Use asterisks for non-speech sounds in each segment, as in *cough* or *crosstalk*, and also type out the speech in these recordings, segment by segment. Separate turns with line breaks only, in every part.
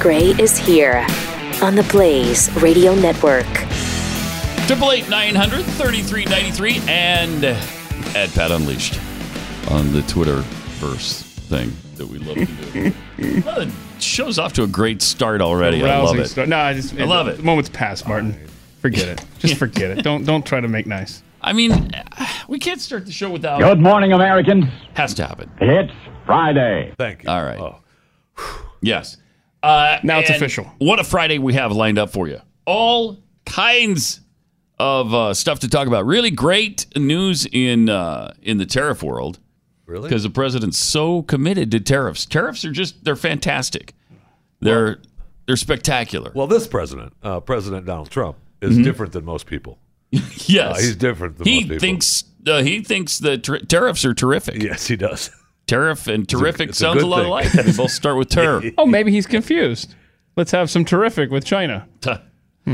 Gray is here on the Blaze Radio Network.
Triple eight nine hundred thirty three ninety three and at Pat Unleashed on the Twitter verse thing that we love to do. *laughs* well, the show's off to a great start already. I love
Rousing
it.
sto- No, I just
I love it.
The moment's past, Martin. Forget
*laughs*
it. Just forget it. Don't don't try to make nice.
I mean, uh, we can't start the show without.
Good morning, Americans.
Has to happen.
It's Friday.
Thank you.
All right. Yes. Uh,
Now it's
and
official.
What a Friday we have lined up for you. All kinds of uh, stuff to talk about. Really great news in uh, in the tariff world.
Really?
because the president's so committed to tariffs. Tariffs are just they're fantastic. They're they're spectacular. Mm-hmm.
Well, this president, uh, President Donald Trump, is different than most people.
yes,
uh, he's different than
he
most people.
thinks uh, he thinks that ter- tariffs are terrific.
Yes, he does.
Tariff and terrific
it's a
sounds a,
good
lot
thing.
alike. They both start
*laughs*
with terror.
Oh, maybe he's confused. Let's have some terrific with China.
I,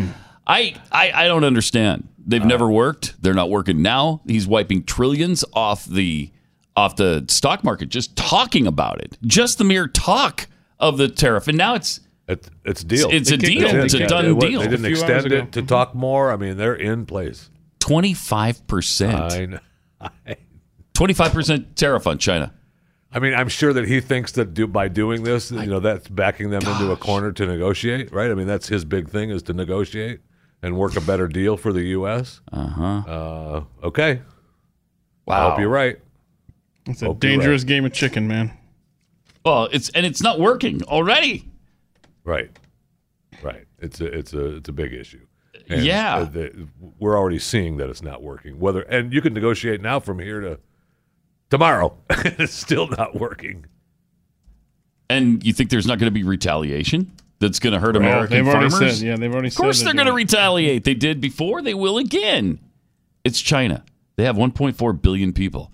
I I don't understand.
Uh-huh.
They've never worked. They're not working now. He's wiping trillions off the off the stock market just talking about it. Just the mere talk of the tariff, and now it's
It, it's a deal.
It's a
They kicked
deal.
it.
It's a
They
done
They went-
deal.
They didn't
A few hours
extend
ago.
it to talk more. I mean, they're in place.
twenty five percent.
I, kn- I,
25% tariff on China.
I mean, I'm sure that he thinks that do, by doing this, you know, that's backing them into a corner to negotiate, right? I mean, that's his big thing is to negotiate and work a better deal for the U.S. Uh-huh. Uh Okay. I hope you're right.
It's a
Hope you're
dangerous game of chicken, man.
Well, it's and it's not working already.
Right. Right. It's a it's a it's a big issue. And
Yeah.
uh, the- we're already seeing that it's not working. Whether and you can negotiate now from here to tomorrow. *laughs* it's still not working.
And you think there's not going to be retaliation that's going to hurt American
they've
farmers?
already said. Yeah, they've already
Of course,
said.
they're going to retaliate. They did before. They will again. It's China. They have 1.4 billion people.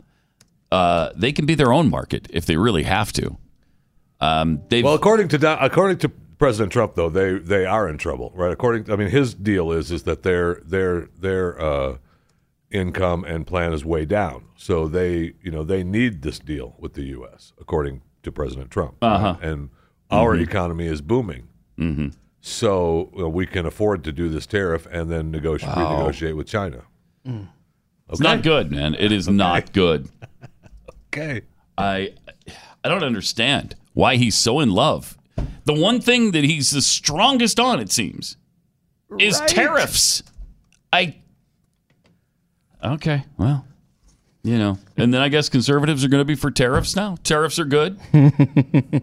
Uh, they can be their own market if they really have to. Um, they've
Well, according to Don- according to President Trump, though they they are in trouble, right? According, I mean, his deal is is that their their their uh, income and plan is way down, so they you know they need this deal with the U.S. According to President Trump, uh-huh. and our
Mm-hmm.
economy is booming, mm-hmm. so uh, we can afford to do this tariff and then negotiate renegotiate with China.
it's not good, man. It is not good.
Okay,
I I don't understand why he's so in love. The one thing that he's the strongest on, it seems, is tariffs. I okay, well, you know, and then I guess conservatives are going to be for tariffs now. Tariffs are good.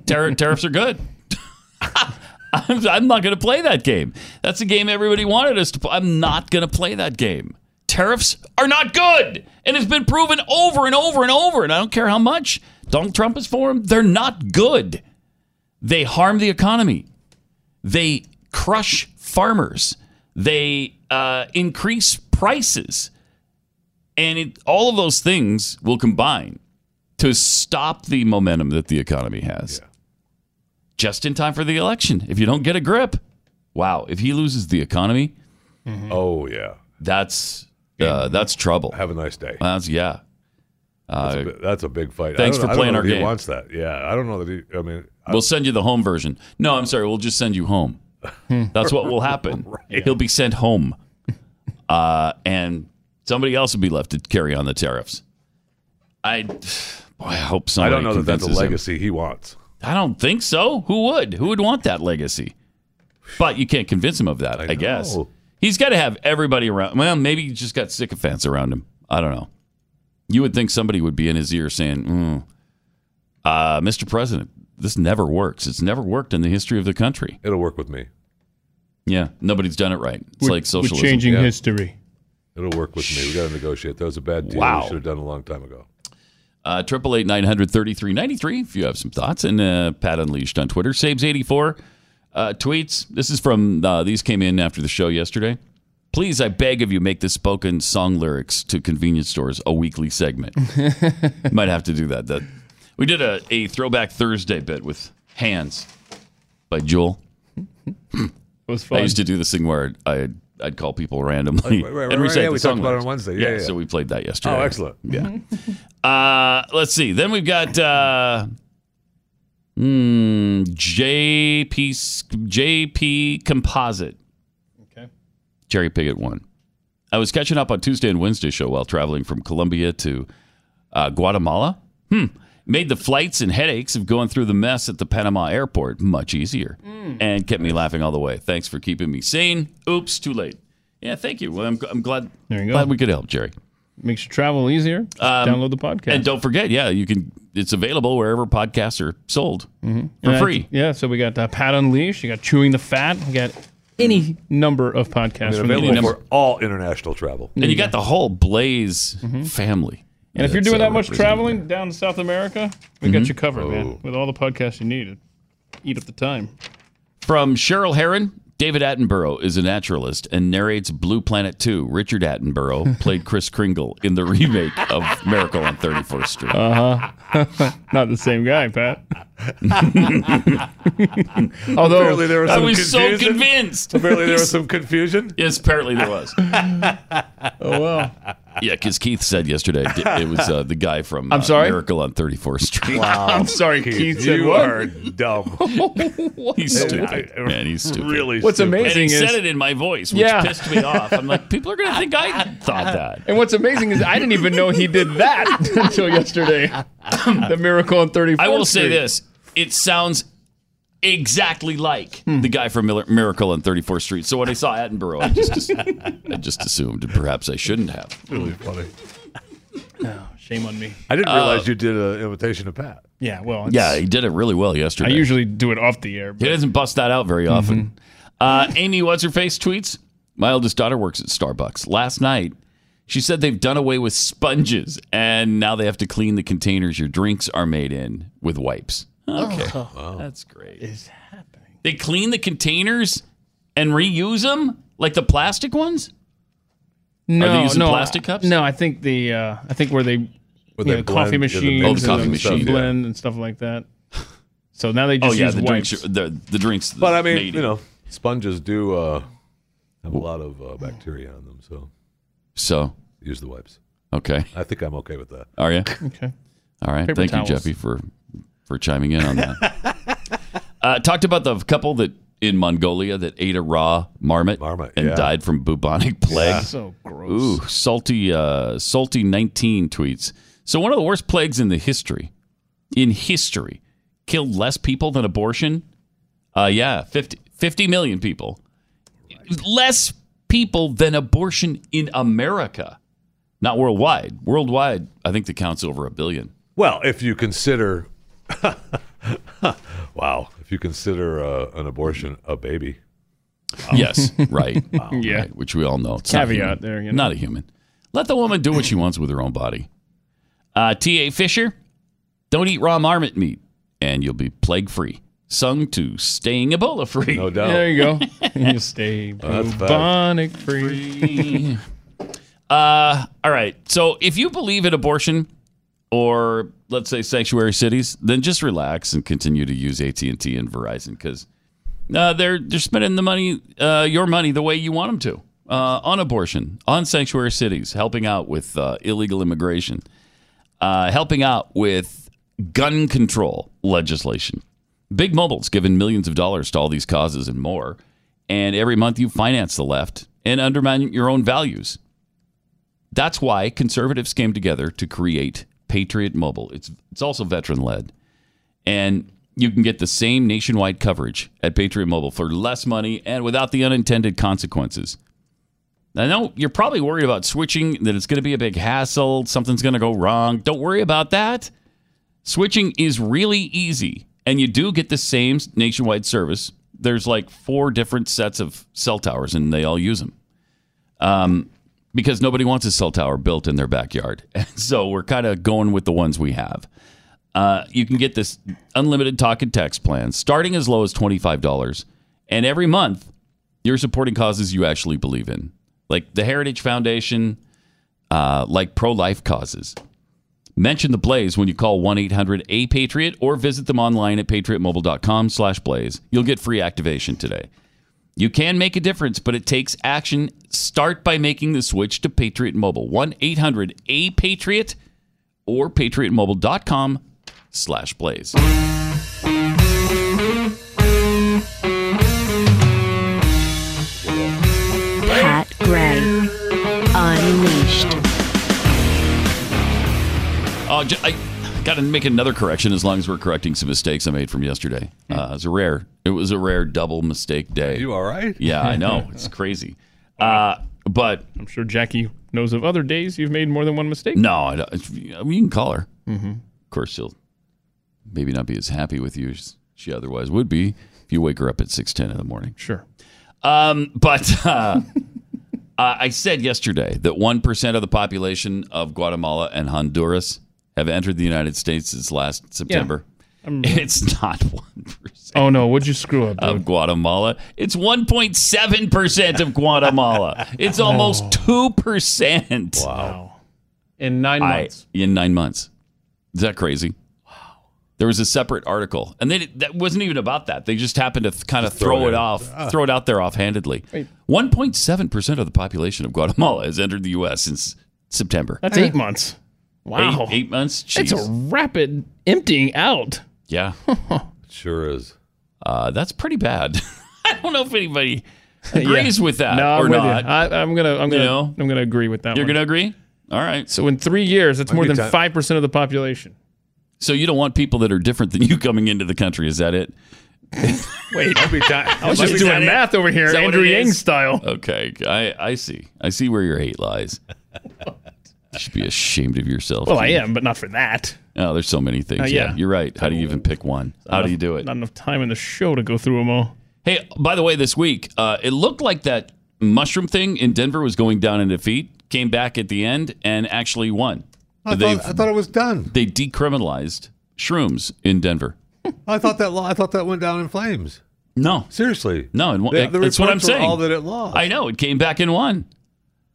Tar- tariffs are good. *laughs* I'm, I'm not going to play that game. That's a game everybody wanted us to play. I'm not going to play that game. Tariffs are not good. And it's been proven over and over and over. And I don't care how much Donald Trump is for them, they're not good. They harm the economy, they crush farmers, they uh, increase prices. And it, all of those things will combine to stop the momentum that the economy has just in time for the election. If you don't get a grip, wow! If he loses the economy,
oh yeah,
that's uh, that's trouble.
have a nice day.
That's yeah. Uh,
That's a bi- that's a big fight. I
thanks
don't-
for
I don't
playing
know
our
that
game.
He wants that. Yeah, I don't know that he. I mean,
We'll send you the home version. No, I'm sorry. We'll just send you home. That's what will
*laughs*
happen. He'll be sent home, uh, and somebody else will be left to carry on the tariffs. I, boy, I hope
I
somebody.
don't know that that's a
convinces him.
legacy he wants.
I don't think so. Who would? Who would want that legacy? But you can't convince him of that, I, guess.
know.
He's got to have everybody around. Well, maybe he's just got sycophants around him. I don't know. You would think somebody would be in his ear saying, mm, uh, Mr. President, this never works. It's never worked in the history of the country.
It'll work with me.
Yeah, nobody's done it right. It's like socialism.
We're changing
yeah.
history.
It'll work with me. We got to negotiate. That was a bad deal.
Wow.
We should have done a long time ago.
Uh, Triple eight nine hundred thirty three ninety three. If you have some thoughts, and uh, Pat Unleashed on Twitter, Saves eighty four uh, tweets. This is from uh, these came in after the show yesterday. Please, I beg of you, make the spoken song lyrics to convenience stores a weekly segment. Might have to do that. That we did a, a throwback Thursday bit with hands by Jewel.
It was fun.
I used to do this thing where I'd, I'd call people randomly
Right,
*laughs*
right, right,
and
right.
recite
Yeah,
the
we
song
talked about it
lyrics.
on Wednesday. Yeah, yeah.
so we played that yesterday.
Oh, excellent.
Uh, let's see. Then we've got uh, JP JP Composite.
Okay.
Jerry Piggott won. I was catching up on Tuesday and Wednesday show while traveling from Colombia to uh, Guatemala. Hmm. Made the flights and headaches of going through the mess at the Panama airport much easier and kept me laughing all the way. Thanks for keeping me sane. Oops, too late. Yeah, thank you. Well, I'm, I'm glad,
There you go.
glad we could help, Jerry. Um,
Makes your travel easier. Download the podcast.
And don't forget, yeah, you can. It's available wherever podcasts are sold for
Mm-hmm. And I-
free.
yeah, so we got uh, Pat Unleashed. You got Chewing the Fat. We got any number of podcasts. from the
Available
number-
for all international travel.
And you got the whole Blaze
Mm-hmm.
family.
And if you're
that's,
doing
uh,
that much
represented Mm-hmm.
traveling down to South America, we got you covered, man. With all the podcasts you need, eat up the time.
From Cheryl Heron, David Attenborough is a naturalist and narrates Blue Planet 2. Richard
*laughs*
Attenborough played Chris Kringle in the remake of Miracle on 31st Street.
Uh-huh.
*laughs* Not the same guy, Pat.
*laughs*
Although
Apparently there was
I
some
was so
confusion.
convinced.
Apparently there was some confusion.
*laughs* Yes, apparently there was. *laughs* oh, well. Oh,
*laughs*
Yeah, because Keith said yesterday d- it was uh, the guy from uh,
sorry?
Miracle on 34th Street. *laughs*
I'm sorry, Keith. said
you
what?
are dumb.
He's stupid.
I-
Man, he's stupid.
Really
What's
stupid.
And he
amazing is,
said it in my voice, which
Yeah.
pissed me off. I'm like, people are going to
*laughs*
think I thought that.
and what's amazing is, I didn't even know he did that *laughs* until yesterday. the miracle on 34th.
I will say
Street.
this: it sounds exactly like
Hmm.
the guy from Miller, Miracle on 34th Street. So when I saw Attenborough, I just, I just assumed, and perhaps I shouldn't have.
Really funny.
Shame on me.
I didn't *laughs* realize you did an imitation of Pat.
Yeah, well, it's-
Yeah, he did it really well
I
yesterday.
usually do it off the air.
he
But Mm-hmm.
doesn't bust that out very often. Uh, Amy, what's her face tweets? My oldest daughter works at Starbucks. Last night, she said they've done away with sponges, and now they have to clean the containers your drinks are made in with wipes. Uh, Okay, that's great.
it's Oh, happening.
They clean the containers and reuse them, like the plastic ones.
No,
using
no,
plastic cups?
No, I think the uh, I think where they
With
you
the
know, coffee machines,
Oh, the coffee
and
machine, yeah.
blend and stuff like that. So now they
Oh
just
yeah,
use
the
wipes.
drinks. are- The the drinks.
But I mean,
made
you
it.
know, sponges do uh, have a lot of uh, bacteria on them, so
So
use the wipes.
okay,
I think I'm okay with that.
are you
Okay.
all right?
Paper
Thank
towels.
you, Jeffy, for for chiming in on that.
*laughs*
uh, talked about the couple that in Mongolia that ate a raw marmot,
Marmot,
and
yeah.
died from bubonic plague.
So gross.
Ooh, salty, uh, salty nineteen tweets. So one of the worst plagues in the history, in history, killed less people than abortion. Uh, yeah, 50, 50 million people, less people than abortion in America, not worldwide. Worldwide, I think the count's over a billion.
Well, if you consider, *laughs* wow, if you consider uh, an abortion a baby,
Yes,
*laughs*
*laughs* right.
Yeah.
Oh. right, which we all know. It's
Caveat
not human.
there, you know.
Not a human. Let the woman do what she wants with her own body. Uh, T.A. Fisher, don't eat raw marmot meat and you'll be plague free. Sung to staying Ebola free.
no doubt.
There you
*laughs*
go. you stay
That's bad.
bubonic free.
uh, all right. So if you believe in abortion or let's say sanctuary cities, then just relax and continue to use AT and T and Verizon because uh, they're they're spending the money, uh, your money, the way you want them to uh, on abortion, on sanctuary cities, helping out with uh, illegal immigration, uh, helping out with gun control legislation. Big Mobile's given millions of dollars to all these causes and more. And every month you finance the left and undermine your own values. That's why conservatives came together to create Patriot Mobile. It's it's also veteran led, and you can get the same nationwide coverage at Patriot Mobile for less money and without the unintended consequences. I know you're probably worried about switching, that it's going to be a big hassle, something's going to go wrong. Don't worry about that. Switching is really easy, and you do get the same nationwide service. There's like four different sets of cell towers, and they all use them Um, because nobody wants a cell tower built in their backyard. *laughs* so we're kind of going with the ones we have. Uh, you can get this unlimited talk and text plan starting as low as $25. And every month, you're supporting causes you actually believe in, like the Heritage Foundation, uh, like pro life causes. Mention the Blaze when you call 1-800-A-PATRIOT or visit them online at patriotmobile.com slash blaze. You'll get free activation today. You can make a difference, but it takes action. Start by making the switch to Patriot Mobile. 1 800 A Patriot or patriotmobile.com slash blaze. Oh,
Pat Gray. Unleashed.
Oh, j- I got to make another correction as long as we're correcting some mistakes I made from yesterday. Uh, it's a rare. It was a rare double mistake day.
You all right?
Yeah, I
*laughs*
know. It's crazy. Uh, but
I'm sure Jackie knows of other days you've made more than one mistake.
no, I don't, it's- I mean, you can call her. Mm-hmm. Of course, she'll maybe not be as happy with you as she otherwise would be if you wake her up at 6.10 in the morning.
Sure.
Um, but *laughs* uh, uh, I said yesterday that 1% of the population of Guatemala and Honduras have entered the United States since last September. *laughs* It's not 1%
Oh no, what'd you screw up?
of Guatemala. It's 1.7%
*laughs*
of Guatemala. It's almost 2%.
wow. In nine
I-
months.
in nine months. Is that crazy? Wow. There was a separate article, and they that wasn't even about that. They just happened to th- kind of throw,
throw it
it
in. Ah.
off, throw it out there offhandedly.
Wait.
One point seven percent of the population of Guatemala has entered the U.S. since September.
That's
Eh.
eight months.
Eight,
Wow.
eight months.
It's a
Jeez.
rapid emptying out. *laughs*
yeah,
It sure is.
uh, that's pretty bad. *laughs* *laughs* I don't know if anybody agrees with that or
Uh, I'm with you. Uh,
not.
I, I'm gonna, I'm gonna,
know?
I'm gonna agree with that.
You're
one.
gonna agree? All right. So,
So in three years, that's more
need
than
time.
five percent of the population.
so you don't want people that are different than you coming into the country? Is that it?
*laughs* Wait, I
Be time.
was just doing math over here,
that what
Andrew
it
Yang
is?
style.
Okay, I, I see. I see where your
*laughs*
hate lies. You should be ashamed of yourself.
Well, I
Keith.
am, but not for that.
Oh, there's so many things.
Uh,
yeah.
yeah.
you're right. How do you even pick one? How do you do it?
Not enough time in the show to go through them all.
Hey, by the way, this week uh, it looked like that mushroom thing in Denver was going down in defeat. Came back at the end and actually won.
I
They've-
thought, I thought it was done.
They decriminalized shrooms in Denver.
I thought that law. I thought that went down in flames.
No,
Seriously.
no, it, won-
The- the
that's what I'm
reports were
saying.
All that it lost.
I know it came back and won.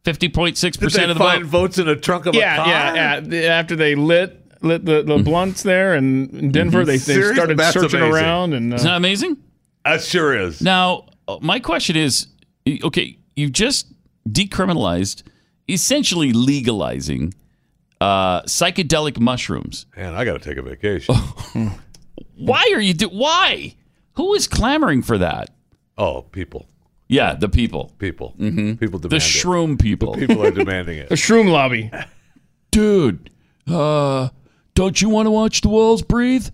Fifty point six
Did they
percent of the
find
vote.
votes in a trunk of a
Yeah,
car?
yeah, yeah. The- After they lit lit the,
Mm-hmm.
the blunts there in in Denver, they, they
Mm-hmm. Seriously?
started
That's
searching
amazing.
around and
Isn't
uh,
that amazing?
That sure is.
Now, uh, my question is y- okay, you've just decriminalized, essentially legalizing uh, psychedelic mushrooms.
Man, I got to take a vacation.
*laughs* Why are you do why? Who is clamoring for that?
oh, people,
Yeah, the people. Mm-hmm.
people, people
The
demand it.
shroom people.
People are demanding it.
the shroom lobby.
Dude, uh, don't you want to watch the walls breathe?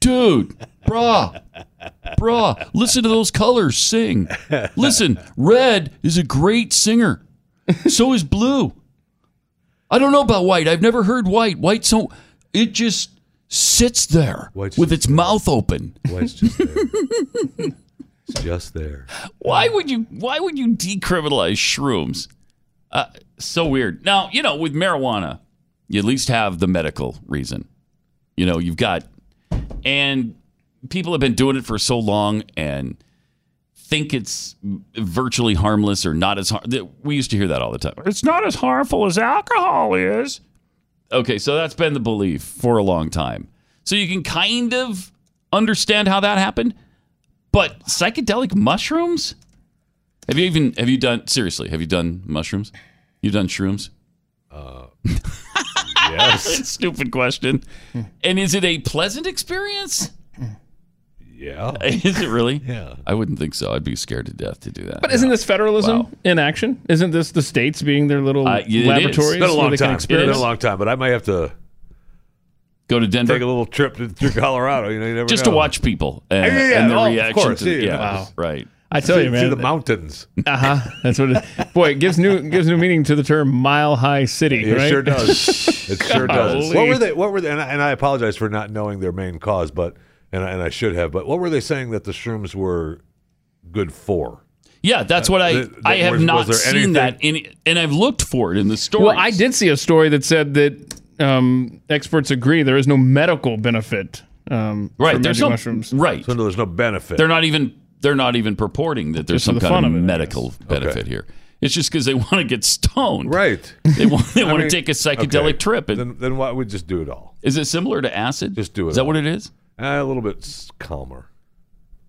Dude, brah, brah, listen to those colors sing. Listen, red is a great singer. So is blue. I don't know about white. I've never heard white. White, so it just sits there
White's
with
just
its mouth open.
Why, it's just there.
*laughs*
it's just there.
Why would you? Why would you decriminalize shrooms? Uh, so weird. Now you know with marijuana, you at least have the medical reason. You know you've got, and people have been doing it for so long and think it's virtually harmless or not as har- that- we used to hear that all the time. It's not as harmful as alcohol is. Okay, so that's been the belief for a long time. So you can kind of understand how that happened. But psychedelic mushrooms? Have you even have you done seriously? Have you done mushrooms? You've done shrooms?
Uh, Yes.
Stupid question. and is it a pleasant experience?
yeah.
*laughs* Is it really?
oh. Yeah.
I wouldn't think so. I'd be scared to death to do that.
But isn't this federalism
Wow.
in action? Isn't this the states being their little
Uh, yeah, it is.
laboratories
It's been a
where
long
they
time.
can
It's been
experiment?
a long time, but I might have to
go to
take a
Denver
little trip to, through Colorado. You know, you never
just
know.
to watch people Uh, and,
Yeah, yeah, yeah.
and their
Oh, of
reaction
course.
to
Yeah, yeah.
yeah,
Wow.
right.
I tell you,
See
man,
the mountains.
Uh huh. That's what.
*laughs*
It, boy, it gives new gives new meaning to the term "mile high city."
It
right? *laughs*
sure does. It sure does.
Golly.
What were they? What were they? And I, and I apologize for not knowing their main cause, but and I, and I should have. But what were they saying that the shrooms were good for?
Yeah, that's what I
th- th-
I have
was-
not
was there
seen that in and I've looked for it in the story.
Well, I did see a story that said that um, experts agree there is no medical benefit. Um,
Right,
from
there's
magic
no
mushrooms.
right.
So no, there's no benefit.
they're not even they're not even purporting that there's
Just for
some
the
kind
fun
of
of it, I
medical benefit here. It's just because they want to get stoned.
right.
They want
*laughs*
they want
mean,
to take a psychedelic
okay.
trip. And,
Then then why we just do it all?
is it similar to acid?
Just do it
Is that
all.
what it is?
Uh, a little bit s- calmer.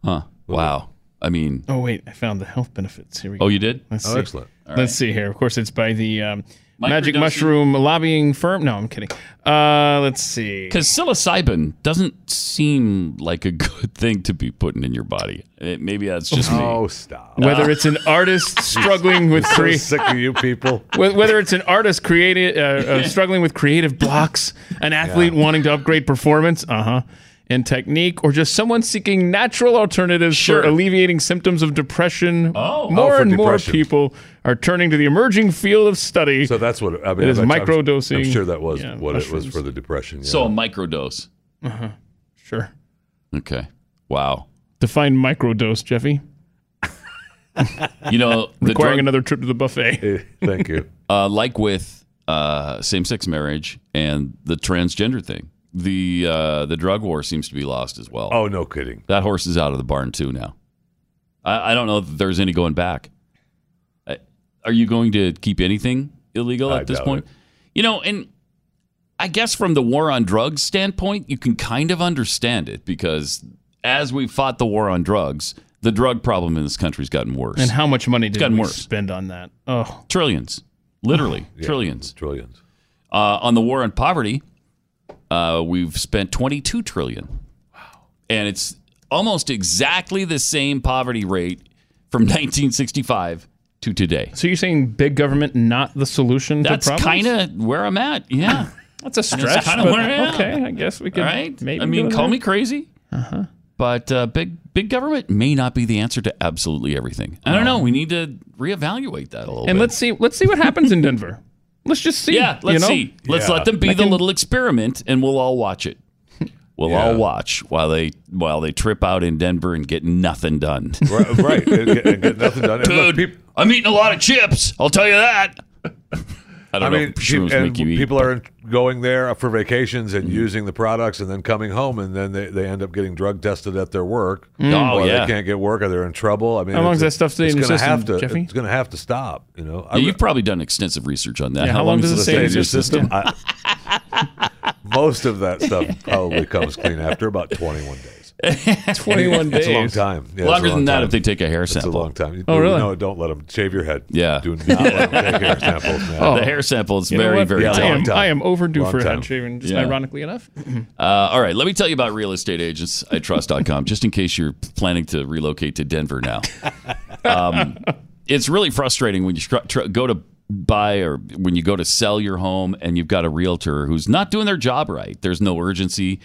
Huh. Wow. I mean,
Oh wait, I found the health benefits. Here we go.
oh, you did?
Let's
Oh,
see.
excellent.
Let's see here. Of course, it's by the um,
Microdosing-
Magic mushroom lobbying firm. No, I'm kidding. Uh, let's see.
Because psilocybin doesn't seem like a good *laughs* thing to be putting in your body. It, maybe that's just me.
Oh,
Ah.
stop.
Whether it's an
*laughs*
artist struggling with
*laughs* I'm so
cre-
sick of you people.
wh- whether it's an artist creating uh,
*laughs*
uh, struggling with creative blocks, an athlete wanting to upgrade performance, uh huh, and technique, or just someone seeking natural alternatives
Sure.
for alleviating symptoms of depression,
Oh.
more
Oh, for
and more
depression.
people are turning to the emerging field of study.
So that's what I mean.
*laughs* It is
I'm- I'm-
microdosing.
I'm sure that was
Yeah,
what it
mushrooms. Uh-huh.
was for the depression. Yeah.
So a microdose.
sure.
Okay. Wow.
Define microdose, Jeffy.
You know, the
Requiring
drug,
another trip to the buffet.
*laughs* Eh, thank you.
uh, like with uh, same-sex marriage and the transgender thing, the uh, the drug war seems to be lost as well.
Oh, no kidding.
That horse is out of the barn too now. I, I don't know if there's any going back. I, are you going to keep anything illegal
I
at this
doubt
point?
it.
You know, and I guess from the war on drugs standpoint, you can kind of understand it because as we fought the war on drugs, the drug problem in this country's gotten worse.
And how much money did
gotten
we
worse.
spend on that? Oh,
trillions, literally trillions.
Trillions.
Uh, on the war on poverty, uh, we've spent 22 trillion. Wow. And it's almost exactly the same poverty rate from 1965 to today.
so you're saying big government not the solution
That's
to problems?
kind of where I'm at. Yeah.
that's a stretch.
kinda
but
where I am.
Okay, I guess we could.
All right.
Maybe
I mean,
go
call
there.
me crazy.
Uh-huh.
But uh, big big government may not be the answer to absolutely everything. I don't know. We need to reevaluate that a little bit.
And let's see. Let's see what happens in Denver. Let's just see.
yeah,
you
let's
know?
see. Let's
Yeah.
let them be
I
the *laughs*
can-
little experiment, and we'll all watch
*laughs*
it. We'll
Yeah.
all watch while they while they trip out in Denver and get nothing done. *laughs*
Right. right. And get, and get nothing done. And look,
Dude,
peop-
I'm eating a lot of chips. I'll tell you that. I don't
I
know.
mean,
if shrooms
and
make you eat. Mm-hmm.
people are going there for vacations and using the products and then coming home and then they, they end up getting drug tested at their work.
Oh,
Or
yeah.
They can't get work or they're in trouble. I mean,
How long
it's-
does that stuff stay
it's
in your
gonna
system,
have to,
Jeffy?
It's going to have to stop, you know. I
Yeah,
re-
you've probably done extensive research on that.
Yeah, how long does it
stay in your
system.
system.
*laughs*
I- most of that stuff probably comes clean after about 21 days.
*laughs*
21 days.
It's a long time. Yeah, it's a
Longer
long
than that
time.
if they take a hair
It's a
sample.
long time.
Oh, really?
No, don't let them shave your head.
Yeah.
Do not let them take hair samples. man.
The hair sample is
You know
very
what?
very
Yeah,
I
tough.
am,
time.
I am overdue
Long
for a
time.
head shaving, just
Yeah.
ironically enough.
Uh, all right, let me tell you about real estate agents I trust.com, just in case you're planning to relocate to Denver now. Um, it's really frustrating when you str- tr- go to buy or when you go to sell your home and you've got a realtor who's not doing their job right. There's no urgency.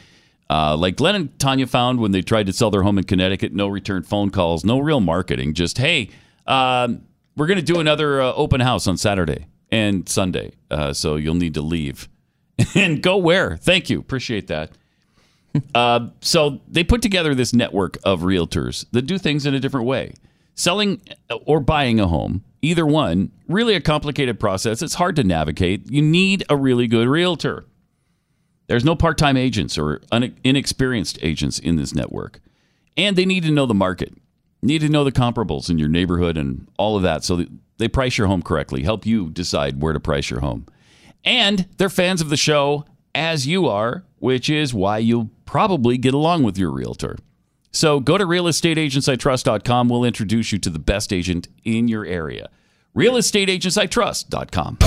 Uh, like Glenn and Tanya found when they tried to sell their home in Connecticut, no return phone calls, no real marketing, just, hey, um, we're going to do another uh, open house on Saturday and Sunday. Uh, so you'll need to leave *laughs* and go where? Thank you. Appreciate that. *laughs* Uh, so they put together this network of realtors that do things in a different way. Selling uh, or buying a home, either one, really a complicated process. It's hard to navigate. You need a really good realtor. There's no part time agents or un- inexperienced agents in this network. And they need to know the market, need to know the comparables in your neighborhood and all of that so that they price your home correctly, help you decide where to price your home. And they're fans of the show, as you are, which is why you'll probably get along with your realtor. So go to realestateagentsitrust.com. We'll introduce you to the best agent in your area. Realestateagentsitrust.com.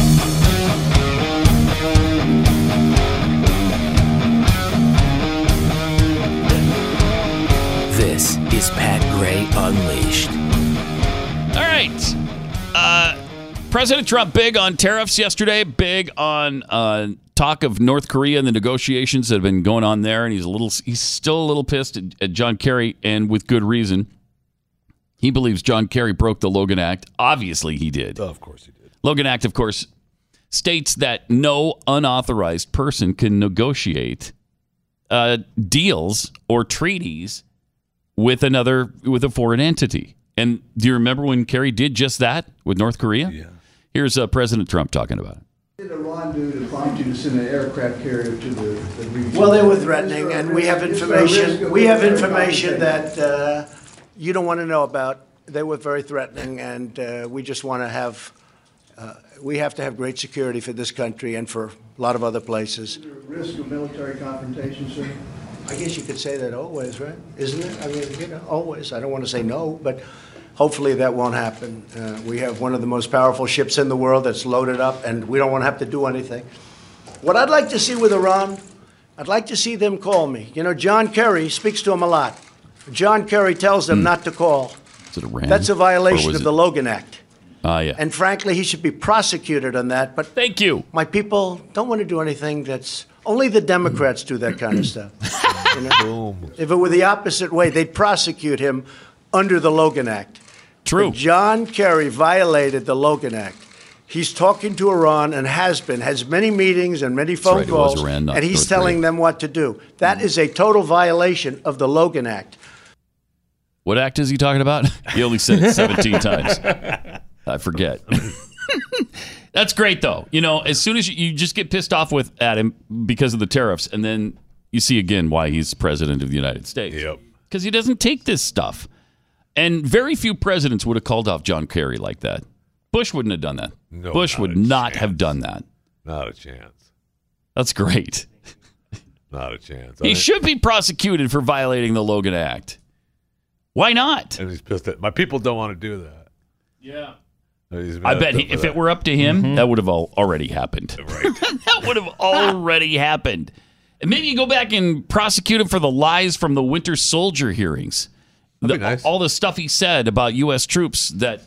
This is Pat Gray Unleashed.
All right. Uh, President Trump big on tariffs yesterday, big on uh, talk of North Korea and the negotiations that have been going on there, and he's a little, he's still a little pissed at, at John Kerry, and with good reason. He believes John Kerry broke the Logan Act. Obviously, he did.
Of course he did.
Logan Act, of course, states that no unauthorized person can negotiate uh, deals or treaties with another with a foreign entity. And do you remember when Kerry did just that with North Korea? Yeah. Here's uh, President Trump talking about it.
What did Iran do to prompt you to send an aircraft carrier to the, the region?
Well, they were threatening, and we have
Is there a risk of
information, we
a
have
third
information
conflict?
that uh, you don't want to know about. They were very threatening, and uh, we just want to have, uh, we have to have great security for this country and for a lot of other places.
Is there a risk of military confrontation, sir?
I guess you could say that always, right? Isn't it? I mean, you know, always. I don't want to say no, but Hopefully, that won't happen. Uh, We have one of the most powerful ships in the world that's loaded up, and we don't want to have to do anything. What I'd like to see with Iran, I'd like to see them call me. You know, John Kerry speaks to them a lot. John Kerry tells them not to call.
Hmm. Is it Iran?
That's a
Or
violation
was
of the
it-
Logan Act.
Ah, yeah.
And frankly, he should be prosecuted on that, but
Thank you.
my people don't want to do anything that's only the Democrats do
*laughs*
that kind of stuff. You know? If it were the opposite way, they'd prosecute him under the Logan Act.
True.
But John Kerry violated the Logan Act. He's talking to Iran and has been, has many meetings and many phone
right, it was
calls,
Iran, not
and he's
North
telling
Korea. Mm.
them what to do. That is a total violation of the Logan Act.
What act is he talking
*laughs*
about? He only said it 17 times. *laughs* I forget. *laughs* That's great, though. You know, as soon as you, you just get pissed off with at him because of the tariffs, and then you see again why he's president of the United States.
Yep.
Because he doesn't take this stuff. And very few presidents would have called off John Kerry like that. Bush wouldn't have done that.
No,
Bush
not
would
a
not
chance.
have done that.
Not a chance.
That's great.
Not a chance.
*laughs*
I
He
mean,
should be prosecuted for violating the Logan Act. Why not?
And he's pissed at my people. Don't want to do that. Yeah.
I bet he, if it were up to him, that would have all already happened. that would have already happened. And maybe you go back and prosecute him for the lies from the Winter Soldier hearings.
That'd be
The-
nice.
All the stuff he said about U.S. troops that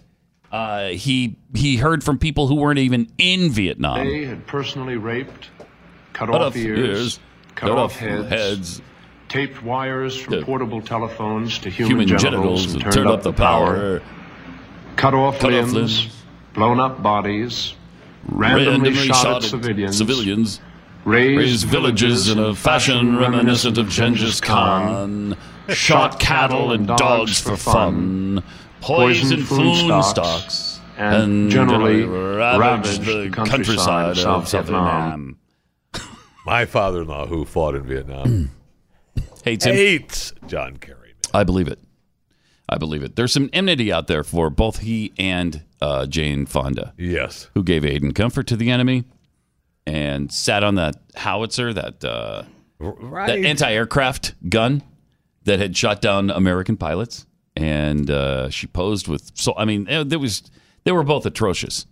uh, he he heard from people who weren't even in Vietnam.
They had personally raped, cut,
Cut
off ears, cut, off, heads,
heads,
taped wires from
Yeah.
portable telephones to human,
human genitals, and turned up the power.
cut off
Cut off
limbs,
limbs.
blown up bodies, randomly, shot, at civilians,
civilians.
raised,
Raised villages in a fashion reminiscent of Genghis Khan. Shot cattle and dogs for fun. Poisoned food stocks.
and generally
ravaged
ravaged
the
the
countryside of South Vietnam.
Vietnam.
my father-in-law who fought in Vietnam
Hates him.
hates John Kerry. man.
I believe it. I believe it. There's some enmity out there for both he and uh, Jane Fonda,
Yes.
who gave aid and comfort to the enemy and sat on that howitzer, that uh,
Right.
that anti-aircraft gun that had shot down American pilots, and uh, she posed with. So I mean, eh, there was they were both atrocious.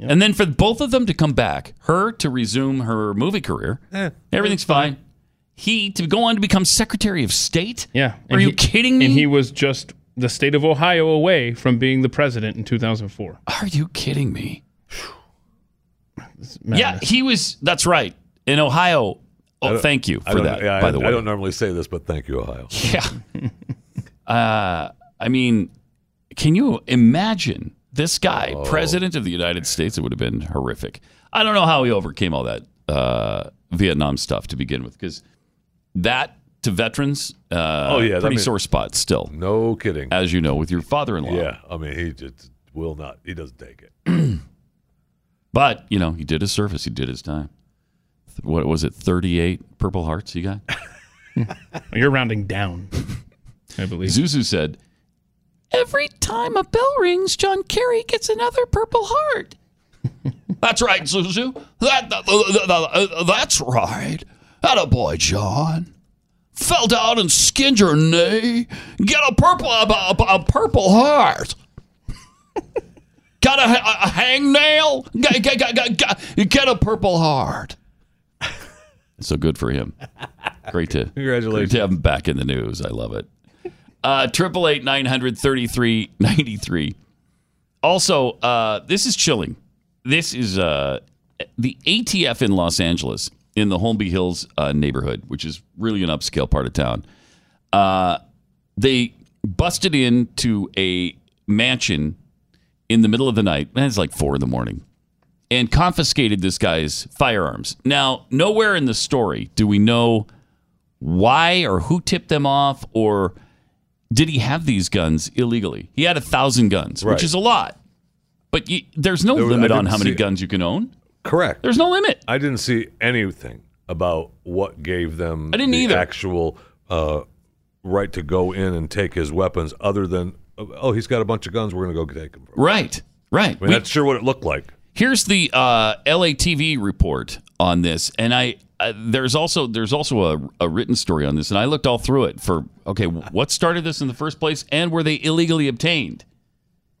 Yep.
And then for both of them to come back, her to resume her movie career,
Eh.
everything's fine. He to go on to become Secretary of State.
Yeah.
are
and
you
he-
kidding me?
And he was just the state of Ohio away from being the president in
*laughs*
2004.
are you kidding me?
Madness.
Yeah, he was. That's right. In Ohio. Oh,
don't-
thank you
I
for
don't-
that.
yeah,
by
I,
the way,
I
*laughs*
don't normally say this, but thank you, Ohio.
Yeah. uh, I mean, can you imagine this guy,
Oh.
president of the United States? It would have been horrific. I don't know how he overcame all that uh, Vietnam stuff to begin with, because that to veterans, uh,
Oh, yeah, that
pretty
means-
sore spot still,
No kidding.
as you know, with your father-in-law.
Yeah. I mean, he just will not. He doesn't take it.
But you know, he did his service. He did his time. Th- What was it? Thirty-eight Purple Hearts he got.
You're rounding down, *laughs* I believe.
Zuzu said, Every time a bell rings, John Kerry gets another Purple Heart. *laughs* that's right, Zuzu. That, th- th- th- th- that's right. That a boy, John. Fell down and skinned your knee. Get a purple, a, a- a purple heart. *laughs* Got a, ha- a hangnail? Get, get, get, get- get- get a purple heart. so good for him. Great to
Congratulations.
great to have him back in the news. I love it. Uh, Triple eight nine hundred thirty three ninety three. Also, uh, this is chilling. This is uh, the ATF in Los Angeles in the Holmby Hills uh, neighborhood, which is really an upscale part of town. Uh, they busted into a mansion in the middle of the night. and It's like four in the morning. And confiscated this guy's firearms. Now, nowhere in the story do we know why or who tipped them off or did he have these guns illegally? He had a thousand guns,
Right.
which is a lot. But you, there's no
There was- I
limit on
didn't
how many
see-
guns you can own.
Correct.
There's no limit.
I didn't see anything about what gave them
I didn't
the
either.
actual uh, right to go in and take his weapons, other than oh, he's got a bunch of guns. We're going to go take them. From. him.
Right, right.
I mean,
We-
that's sure what it looked like.
Here's the uh, LATV report on this, and I uh, there's also there's also a, a written story on this, and I looked all through it for okay, what started this in the first place, and were they illegally obtained?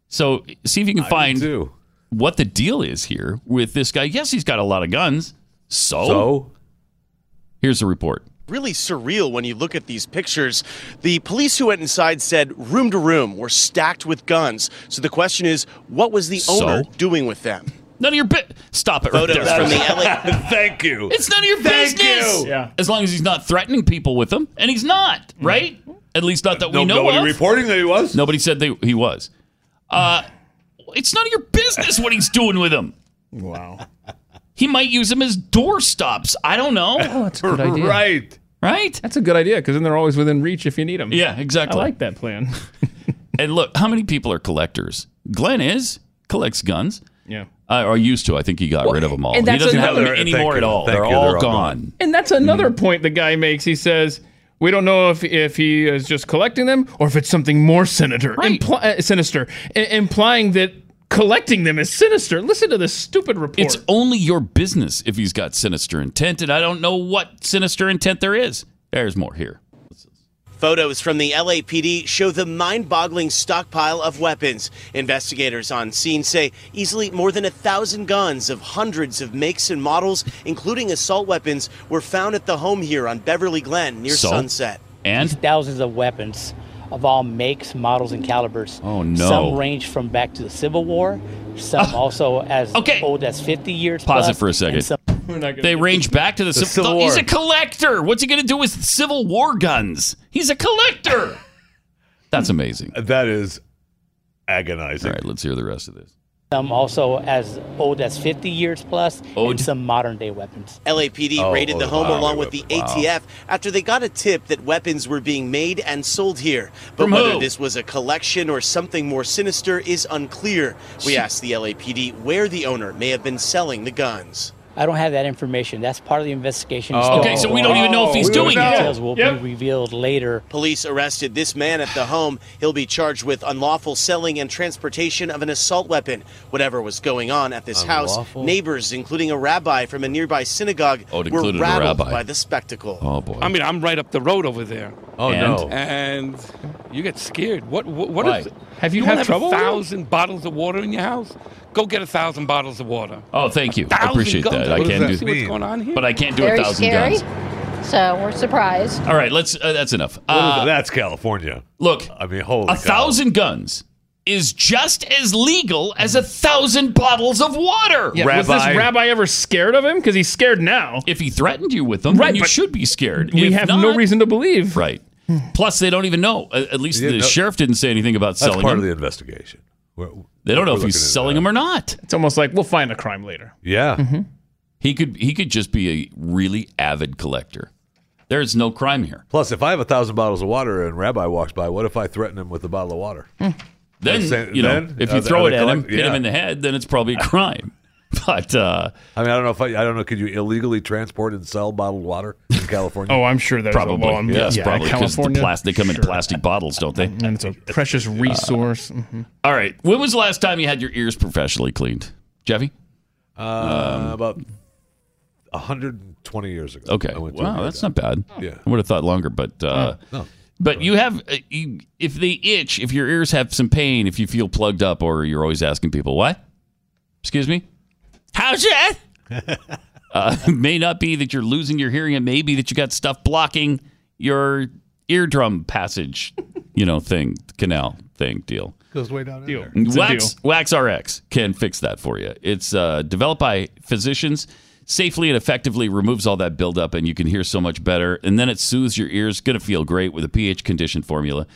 So see if you can find
too.
what the deal is here with this guy. Yes, he's got a lot of guns. So,
So
here's the report.
really surreal when you look at these pictures. The police who went inside said room to room were stacked with guns. So the question is, what was the
So?
owner doing with them?
None of your bit. Stop it right
Photos
there.
from the
*laughs*
LA.
thank you.
It's none of your
Thank
business.
you.
Yeah.
As long as he's not threatening people with them, and he's not,
Mm.
right? At least not that we
No,
know
nobody
of.
reporting that he was.
Nobody said they, he was. Uh, it's none of your business what he's doing with them.
Wow.
He might use them as doorstops. I don't know,
Oh, that's a good idea.
Right.
right?
That's a good idea because then they're always within reach if you need them.
Yeah,
I
exactly.
like that plan. *laughs*
and look, how many people are collectors? Glenn is collects guns.
yeah.
Uh, or used to. I think he got rid of them all. He
and that's
doesn't have
another-
them
Thank
anymore
you.
at all.
Thank
They're
you.
all
They're all
gone.
gone.
And that's another
Mm-hmm.
point the guy makes. He says, "We don't know if if he is just collecting them or if it's something more sinister,
Right.
impli- uh, sinister, i- implying that collecting them is sinister." Listen to this stupid report.
It's only your business if he's got sinister intent, and I don't know what sinister intent there is. There's more here.
Photos from the LAPD show the mind boggling stockpile of weapons. Investigators on scene say easily more than a thousand guns of hundreds of makes and models, including assault weapons, were found at the home here on Beverly Glen near
So?
sunset.
And
thousands of weapons of all makes, models, and calibers.
Oh, no. Ah.
Some range from back to the Civil War, some also as
Okay.
old as 50 years.
Pause it
plus,
for a second.
and some-
We're not gonna
they
get-
range back to the, Civ-
Civil
He's
War.
a collector. What's he going to do with Civil War guns? He's a collector. That's amazing. All
*laughs* That is agonizing.
right, let's hear the rest of this.
some also as old as 50 years plus,
Old.
and some modern day weapons.
LAPD
Oh,
raided the
oh,
home
wow.
along with the ATF after they got a tip that weapons were being made and sold here. But
From
whether
who?
this was a collection or something more sinister is unclear. We asked the LAPD where the owner may have been selling the guns.
I don't have that information. That's part of the investigation.
Oh.
Oh.
Okay, so we don't even know if he's
we don't
doing
know.
it.
Details will
Yep.
be revealed later.
Police arrested this man at the home. He'll be charged with unlawful selling and transportation of an assault weapon. Whatever was going on at this house, neighbors, including a rabbi from a nearby synagogue,
Oh, it
were
included a
rattled
rabbi.
by the spectacle.
Oh boy.
I mean, I'm right up the road over there,
Oh
And-
no.
and you get scared. What? What, what
Why?
is-
Have
you
you
don't
had
have
trouble
a
with it?
thousand bottles of water in your house? Go get a thousand bottles of water.
oh, thank you. I
Thousand
appreciate
guns.
that.
What
I
does
can't
that
do,
See what's going on here?
but I can't do a thousand guns.
So we're surprised.
All right, let's. Uh, that's enough.
What is-
Uh,
That's California.
look,
I mean, holy
a
cow.
thousand guns is just as legal as a thousand bottles of water.
Yeah, Was this
Rabbi-
rabbi ever scared of him? Because he's scared now.
If he threatened you with them, then
Right,
you
but
should be scared.
we
If
have
not-
no reason to believe.
Right. Plus, they don't even know. A- At least
Yeah,
the
no-
sheriff didn't say anything about
That's
selling
part
them.
of the investigation. We're-
they don't know
we're
if he's
looking at
selling
that.
them or not.
It's almost like we'll find a crime later.
Yeah.
Mm-hmm. He could. He could just be a really avid collector. There is no crime here.
Plus, if I have a thousand bottles of water and Rabbi walks by, what if I threaten him with a bottle of water?
Hmm.
Then
That's it.
you know,
Then? uh,
if
Are
you
they-
throw
are
it
they
at him,
collect-
hit him
yeah.
in the head, then it's probably a crime. *laughs* but uh,
I mean, I don't know if I, I don't know. Could you illegally transport and sell bottled water in California?
Oh, I'm sure that's
probably,
A law in-
yes,
yeah,
probably because the
California.
plastic. They come in
Sure.
plastic bottles, don't they?
And it's a precious resource. Mhm.
All right. When was the last time you had your ears professionally cleaned, Jeffy?
uh, about 120 years ago.
um, Okay.
I went to
Wow,
a-
that's not bad.
Yeah.
I would have thought longer, but uh,
no.
but you have uh, you, if they itch, if your ears have some pain, if you feel plugged up, or you're always asking people, "What? Excuse me? How's that?" uh, *laughs* it may not be that you're losing your hearing, it may be that you got stuff blocking your eardrum passage, you know, thing, canal thing, deal.
goes way down in
Deal.
there.
It's a
Wax,
deal.
Wax RX can fix that for you. It's uh, developed by physicians, safely and effectively removes all that buildup, and you can hear so much better. And then it soothes your ears. Going to feel great with a pH condition formula.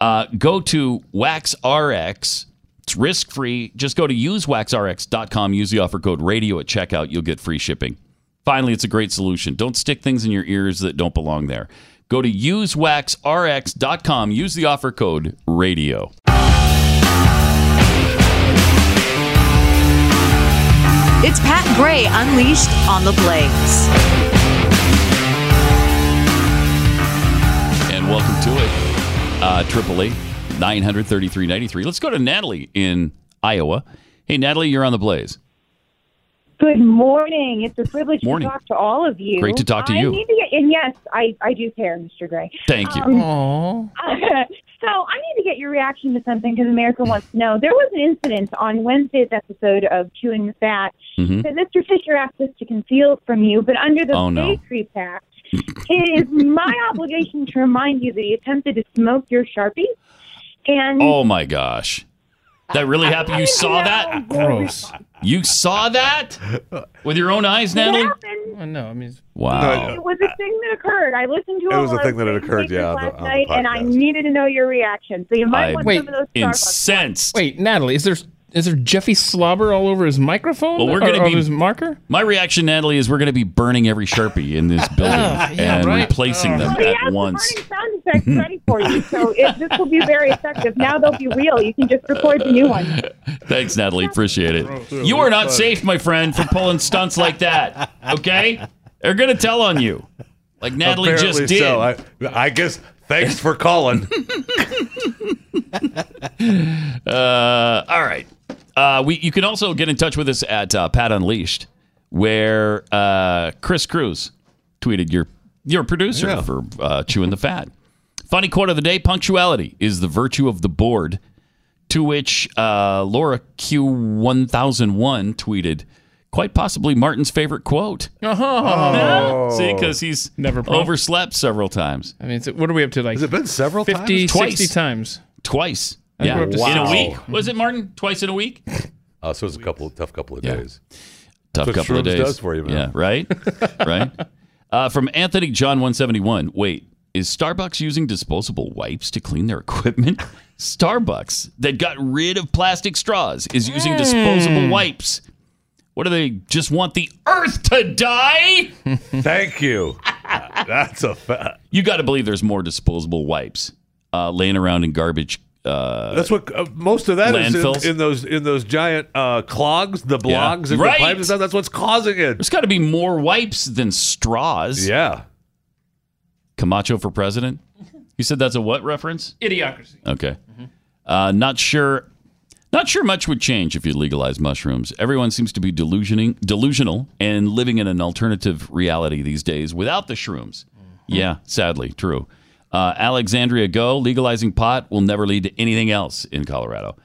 Uh, go to Wax RX. It's risk free. Just go to usewaxrx.com. Use the offer code radio at checkout. You'll get free shipping. Finally, it's a great solution. Don't stick things in your ears that don't belong there. Go to usewaxrx.com. Use the offer code radio.
It's Pat Gray unleashed on the Blaze.
and welcome to it. Triple eight nine hundred thirty three ninety three. Let's go to Natalie in Iowa. Hey, Natalie, you're on the Blaze.
Good morning. It's a privilege
Morning.
to talk to all of you.
Great to talk to
I
you.
need to get- and yes, I, I do care, Mr. Gray.
Thank you.
Um,
Aw.
*laughs* so I need to get your reaction to something because America wants to know. There was an incident on Wednesday's episode of Chewing the Fat
Mhm.
that Mr. Fisher asked us to conceal from you, but under the
Oh, no.
Patriot Act, it
*laughs*
is my obligation to remind you that he attempted to smoke your Sharpie. And
Oh my gosh. That really happened.
*laughs*
You saw that?
Gross.
You saw that with your own eyes,
it
Natalie?
happened.
Oh, no, I mean,
Wow.
It was a thing that occurred. I listened to
It
all
was a
of
thing that
the
had occurred, yeah, on the-
last
on the
night, and I needed to know your reaction. So you might
I'm
want some of those Starbucks.
incensed.
Wait, Natalie, is there is there Jeffy slobber all over his microphone?
Well, we're
Or-
gonna
or
be-
his marker.
My reaction, Natalie, is we're going to be burning every Sharpie in this building
Ah, *laughs* yeah,
and
right. Oh.
replacing
Well,
them
we have
at
the
once.
burning sound effects ready for you, so it, this will be very effective. Now they'll be real. You can just record the new one.
Thanks, Natalie. Appreciate it. You are not safe, my friend, for pulling stunts like that. Okay? They're going to tell on you. Like Natalie
Apparently
just did.
So. I, I guess thanks for calling.
Uh, all right. Uh, we you can also get in touch with us at uh, Pat Unleashed, where uh, Chris Cruz tweeted your your producer
Yeah.
for uh, chewing the fat. Funny quote of the day: Punctuality is the virtue of the board. To which uh, Laura Q one thousand one tweeted, quite possibly Martin's favorite quote.
Oh.
*laughs* See, because he's
Never prompt.
overslept several times.
I mean, it's, what are we up to? Like, has it
been several
50,
times? Twice.
60 times?
Twice.
I think
Yeah,
we're up to
in a
60.
week. Was it Martin? Twice in a week?
Uh, so it's a couple tough couple of days.
Tough
That's what
couple of
shrooms
days.
does for you, man.
Yeah, right?
*laughs*
right? Uh, from Anthony John 171. Wait, is Starbucks using disposable wipes to clean their equipment? *laughs* Starbucks that got rid of plastic straws is using disposable
Mm.
wipes. What do they just want the earth to die?
*laughs*
*laughs*
Thank you. That's a fact.
You got to believe there's more disposable wipes uh, laying around in garbage. Uh,
That's what uh, most of that is
landfills.
in, in those in those giant uh, clogs, the
Yeah.
blogs, and
Right.
the pipes and stuff. That's what's causing it.
There's got to be more wipes than straws.
Yeah.
Camacho for president? You said that's a what reference?
Idiocracy.
Okay. Uh, not sure. Not sure much would change if you legalize mushrooms. Everyone seems to be delusioning, delusional and living in an alternative reality these days without the shrooms. Yeah, sadly, true. Uh, Alexandria Go, legalizing pot will never lead to anything else in Colorado.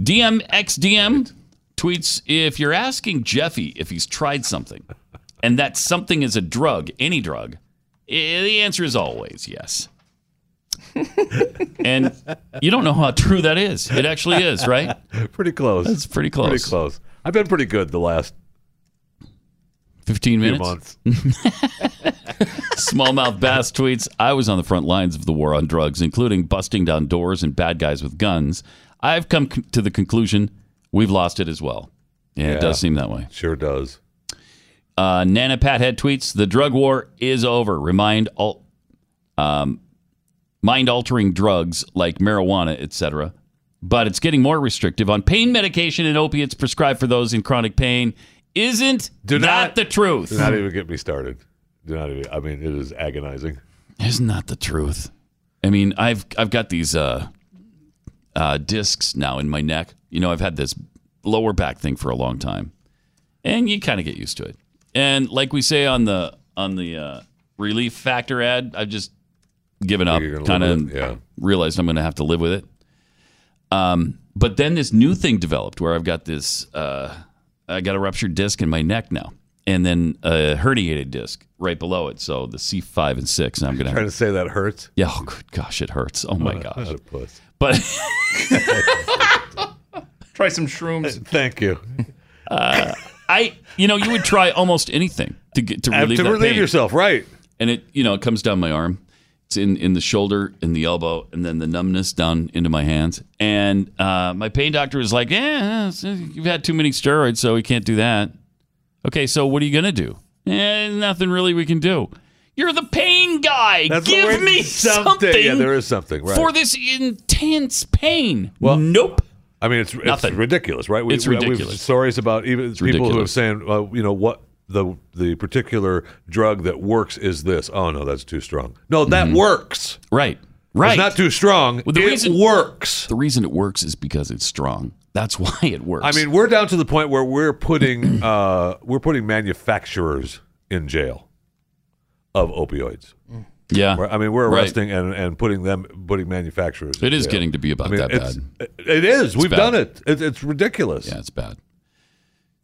DMXDM tweets If you're asking Jeffy if he's tried something, and that something is a drug, any drug, eh, the answer is always yes. and you don't know how true that is. It actually is, right?
*laughs* pretty close.
That's pretty
Pretty
close.
close. I've been pretty good the last
15
few
minutes.
months.
Smallmouth Bass tweets I was on the front lines of the war on drugs, including busting down doors and bad guys with guns. I've come c- to the conclusion we've lost it as well. Yeah, it
Yeah.
does seem that way.
Sure does.
Uh, Nana Pathead tweets The drug war is over. Remind all. Um, mind altering drugs like marijuana, etc. But it's getting more restrictive on pain medication and opiates prescribed for those in chronic pain. Isn't that the truth?
Do not even get me started. Do not even. I mean, it is agonizing.
Isn't that the truth? I mean, I've I've got these uh, uh, discs now in my neck. You know, I've had this lower back thing for a long time, and you kind of get used to it. And like we say on the on the uh, relief factor ad, I've just given up,
gonna
kind
live
of
with it, yeah.
realized I'm going to have to live with it. Um, but then this new thing developed where I've got this, uh, I got a ruptured disc in my neck now, and then a herniated disc right below it. So the C5 and 6, and I'm going to
Trying to say that hurts.
yeah, oh, good gosh, it hurts. Oh my
What a-
gosh.
what a puss.
But
Try some shrooms.
*laughs* Thank you.
uh, *laughs* I, you know, you would try almost anything to get to
Uh,
relieve
to
that
relieve
pain.
yourself, right?
And it, you know, it comes down my arm. It's in in the shoulder, in the elbow, and then the numbness down into my hands. And uh, my pain doctor was like, "Yeah, you've had too many steroids, so we can't do that." Okay, so what are you gonna do? Eh, nothing really we can do. You're the pain guy.
That's what
Give
we're- *laughs*
me something.
Yeah, there is something. Right.
for this intense pain.
Well,
nope.
I mean, it's, it's ridiculous, right?
It's ridiculous.
We've stories about even people
ridiculous.
who have saying, uh, you know, what the the particular drug that works is this. Oh no, that's too strong. No, that works.
Mm-hmm. Right. Right.
It's not too strong.
Well, the
it
reason
works.
The reason it works is because it's strong. That's *laughs* why it works.
I mean, we're down to the point where we're
*clears throat*
putting uh, we're putting manufacturers in jail of opioids.
Mm. Yeah.
We're- I mean, we're
Right.
arresting and, and putting them putting manufacturers.
It
in
is
jail.
getting to be about
I mean,
that
it's-
bad.
It is.
It's
We've
bad.
done it. it. It's ridiculous.
Yeah, it's bad.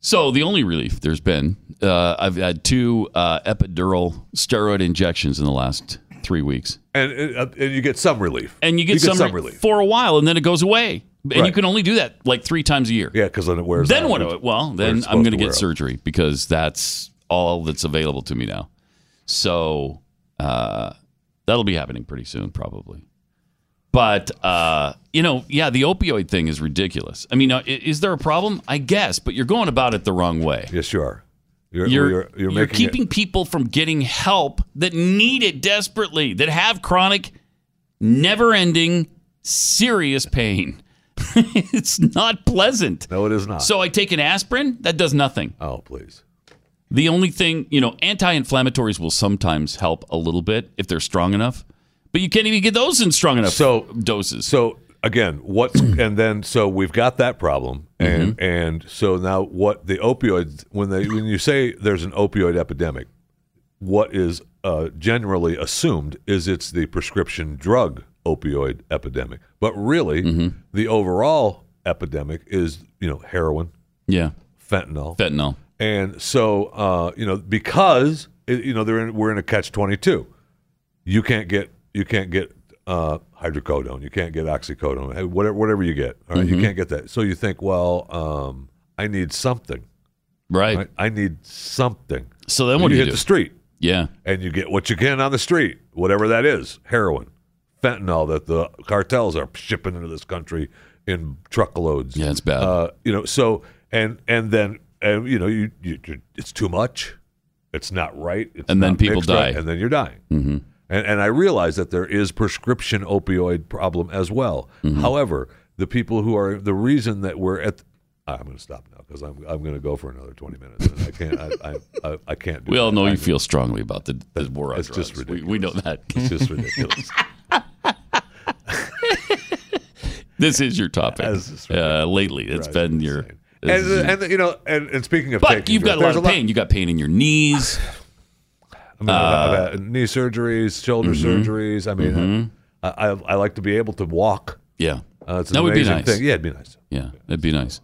So the only relief there's been, uh, I've had two uh, epidural steroid injections in the last three weeks.
And, uh, and you get some relief.
And you get, some, re-
relief.
for a while, and then it goes away. And you
Right.
can only do that like three times a year.
Yeah, because then it wears.
then
out.
what?
It's-
do I- Well,
where
then
it's
I'm going
supposed
to
to wear
get
out.
surgery because that's all that's available to me now. So uh, that'll be happening pretty soon, probably. But uh, you know, yeah, the opioid thing is ridiculous. I mean, uh, i- is there a problem? I guess, but you're going about it the wrong way.
Yes, you are. You're
You're
you're, you're,
you're
making it-
keeping people from getting help that need it desperately, that have chronic, never-ending, serious pain. *laughs* it's not pleasant.
No, it is not.
So I take an aspirin. That does nothing.
Oh, please.
The only thing, you know, anti-inflammatories will sometimes help a little bit if they're strong enough, but you can't even get those in strong enough.
so
doses.
So again, what's and then so we've got that problem, and and so now what the opioids when they when you say there's an opioid epidemic, what is uh, generally assumed is it's the prescription drug opioid epidemic, but really the overall epidemic is you know heroin,
yeah,
fentanyl,
fentanyl,
and so uh, you know because it, you know they're in, we're in a catch twenty two. You can't get you can't get uh, hydrocodone. You can't get oxycodone. hey, Whatever whatever you get, all right?
Mhm.
you can't get that. So you think, well, um, I need something.
Right.
I need something.
So then what do
you
you
hit
do?
the street?
Yeah.
And you get what you can on the street, whatever that is, heroin, fentanyl that the cartels are shipping into this country in truckloads. Yeah,
it's bad.
Uh, you know, so and and then and, you know you, you you- it's too much. It's not right. It's
And then
not
people
mixed right,
die.
and then you're dying.
Mhm.
And, and I realize that there is prescription opioid problem as well.
Mm-hmm.
However, the people who are the reason that we're at I'm going to stop now because I'm I'm going to go for another 20 minutes and I can't I I, I, I can't do
We all
that.
know you
I just-
feel strongly about the, the war on
it's
drugs.
just
We, we know that.
It's just ridiculous.
*laughs* this is your topic uh, lately. It's been your. this
and,
is-
and you know and, and speaking of
but
taking
you've got a
drugs,
lot
there's
of pain. You got pain in your
*sighs*
knees.
I mean, I've-
Uh,
I've had knee surgeries, shoulder
Mhm.
surgeries. I mean,
Mhm.
I, I I like to be able to walk.
Yeah,
Uh, it's an
that would be
amazing
nice.
thing. Yeah, it'd be nice.
Yeah, that'd be nice.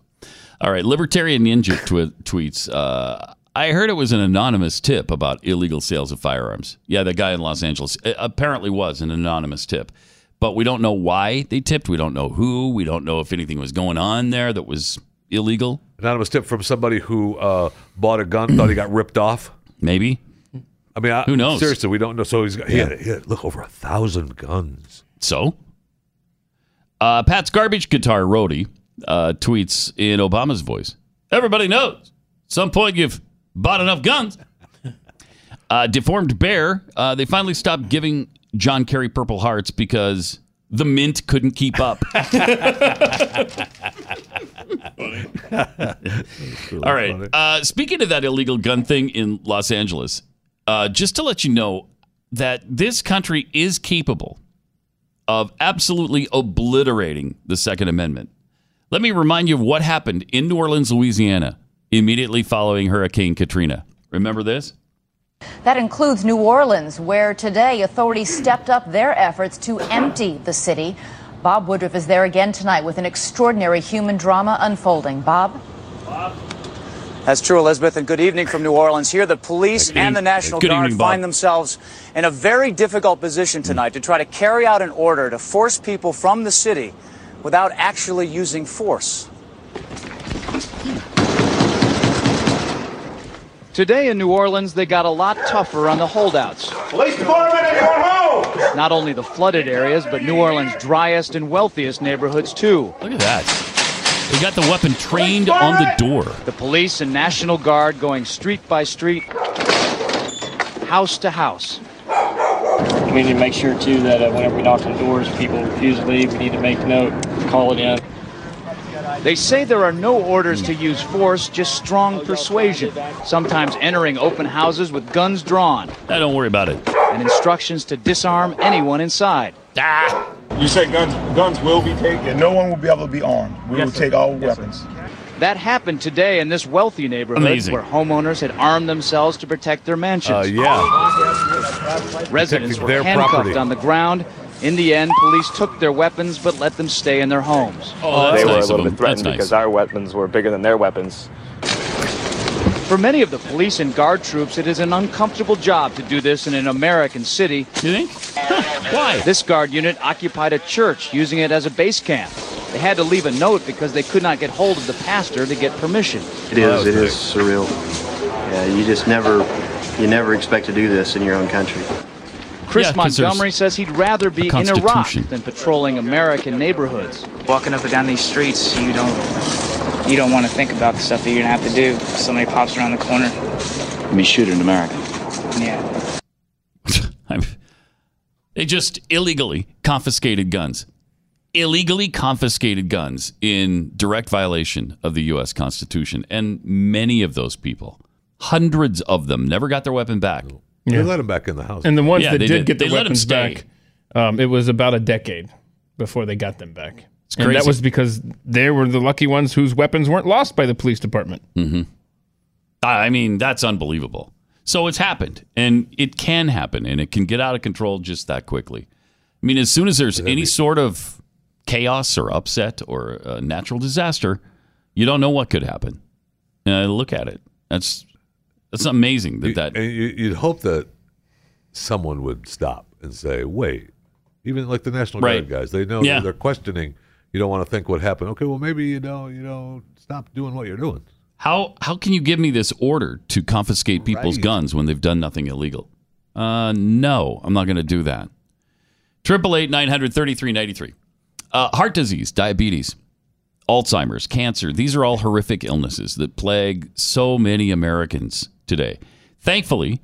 All right, libertarian ninja twi- tweets. Uh, I heard it was an anonymous tip about illegal sales of firearms. Yeah, the guy in Los Angeles it apparently was an anonymous tip, but we don't know why they tipped. We don't know who. We don't know if anything was going on there that was illegal.
Anonymous tip from somebody who uh, bought a gun, thought he got ripped off.
Maybe.
I mean, I,
Who knows?
Seriously, we don't know. So he's got, he
Yeah.
had, he had, look over a thousand guns.
So, uh, Pat's garbage guitar roadie uh, tweets in Obama's voice. Everybody knows. At some point, you've bought enough guns. Uh, deformed bear. Uh, they finally stopped giving John Kerry Purple Hearts because the mint couldn't keep
*laughs*
up.
*laughs*
All right. Uh, speaking of that illegal gun thing in Los Angeles, uh, just to let you know that this country is capable of absolutely obliterating the Second Amendment. Let me remind you of what happened in New Orleans, Louisiana, immediately following Hurricane Katrina. Remember this?
That includes New Orleans, where today authorities stepped up their efforts to empty the city. Bob Woodruff is there again tonight with an extraordinary human drama unfolding. Bob?
That's true, Elizabeth, and good evening from New Orleans. Here, the police and the National
Good
Guard
evening, Bob.
find themselves in a very difficult position tonight to try to carry out an order to force people from the city without actually using force. Today in New Orleans, they got a lot tougher on the holdouts.
Police department at your home!
Not only the flooded areas, but New Orleans' driest and wealthiest neighborhoods, too.
Look at that. They got the weapon trained on the door.
The police and National Guard going street by street, house to house.
We need to make sure too that uh, whenever we knock on doors, people refuse to leave. We need to make note, call it in.
They say there are no orders to use force, just strong persuasion, sometimes entering open houses with guns drawn.
I don't worry about it.
And instructions to disarm anyone inside.
Ah!
You said guns guns will be taken. No one will be able to be armed. We will take all weapons.
That happened today in this wealthy neighborhood
Amazing.
where homeowners had armed themselves to protect their mansions.
Uh, yeah.
Uh,
Residents
Protecting
were
their
handcuffed
property.
on the ground. In the end, police took their weapons but let them stay in their homes.
Oh,
Oh, they were a little bit threatened because our weapons were bigger than their weapons.
For many of the police and guard troops, it is an uncomfortable job to do this in an American city.
You think? Why?
This guard unit occupied a church, using it as a base camp. They had to leave a note because they could not get hold of the pastor to get permission.
It is. It is surreal. Yeah, you just never, you never expect to do this in your own country.
Chris
Yeah, 'cause there's
Montgomery says he'd rather be
a
in Iraq
constitution.
than patrolling American neighborhoods.
Walking up and down these streets, you don't you don't want to think about the stuff that you're gonna have to do. Somebody pops around the corner.
I mean, shoot an American.
*laughs*
Yeah.
They just illegally confiscated guns. Illegally confiscated guns in direct violation of the U.S. Constitution. And many of those people, hundreds of them, never got their weapon back.
They Yeah. let them back in the house.
And the ones
Yeah,
that
they
did,
did.
get their
They let 'em
weapons
stay.
back, um, it was about a decade before they got them back.
It's
And that
crazy.
was because they were the lucky ones whose weapons weren't lost by the police department.
Mm-hmm. I I mean, that's unbelievable. So it's happened, and it can happen, and it can get out of control just that quickly. I mean, as soon as there's any sort of chaos or upset or a natural disaster, you don't know what could happen. And I look at it. That's that's *laughs* amazing that that.
And you, you'd hope that someone would stop and say, "Wait." Even like the National
Right.
Guard guys, they know
Yeah.
they're questioning. You don't want to think what happened. Okay, well maybe you know you know stop doing what you're doing.
How how can you give me this order to confiscate people's
Right.
guns when they've done nothing illegal? Uh, no, I'm not going to do that. Triple eight nine hundred thirty three ninety three. Heart disease, diabetes, Alzheimer's, cancer. These are all horrific illnesses that plague so many Americans today. Thankfully,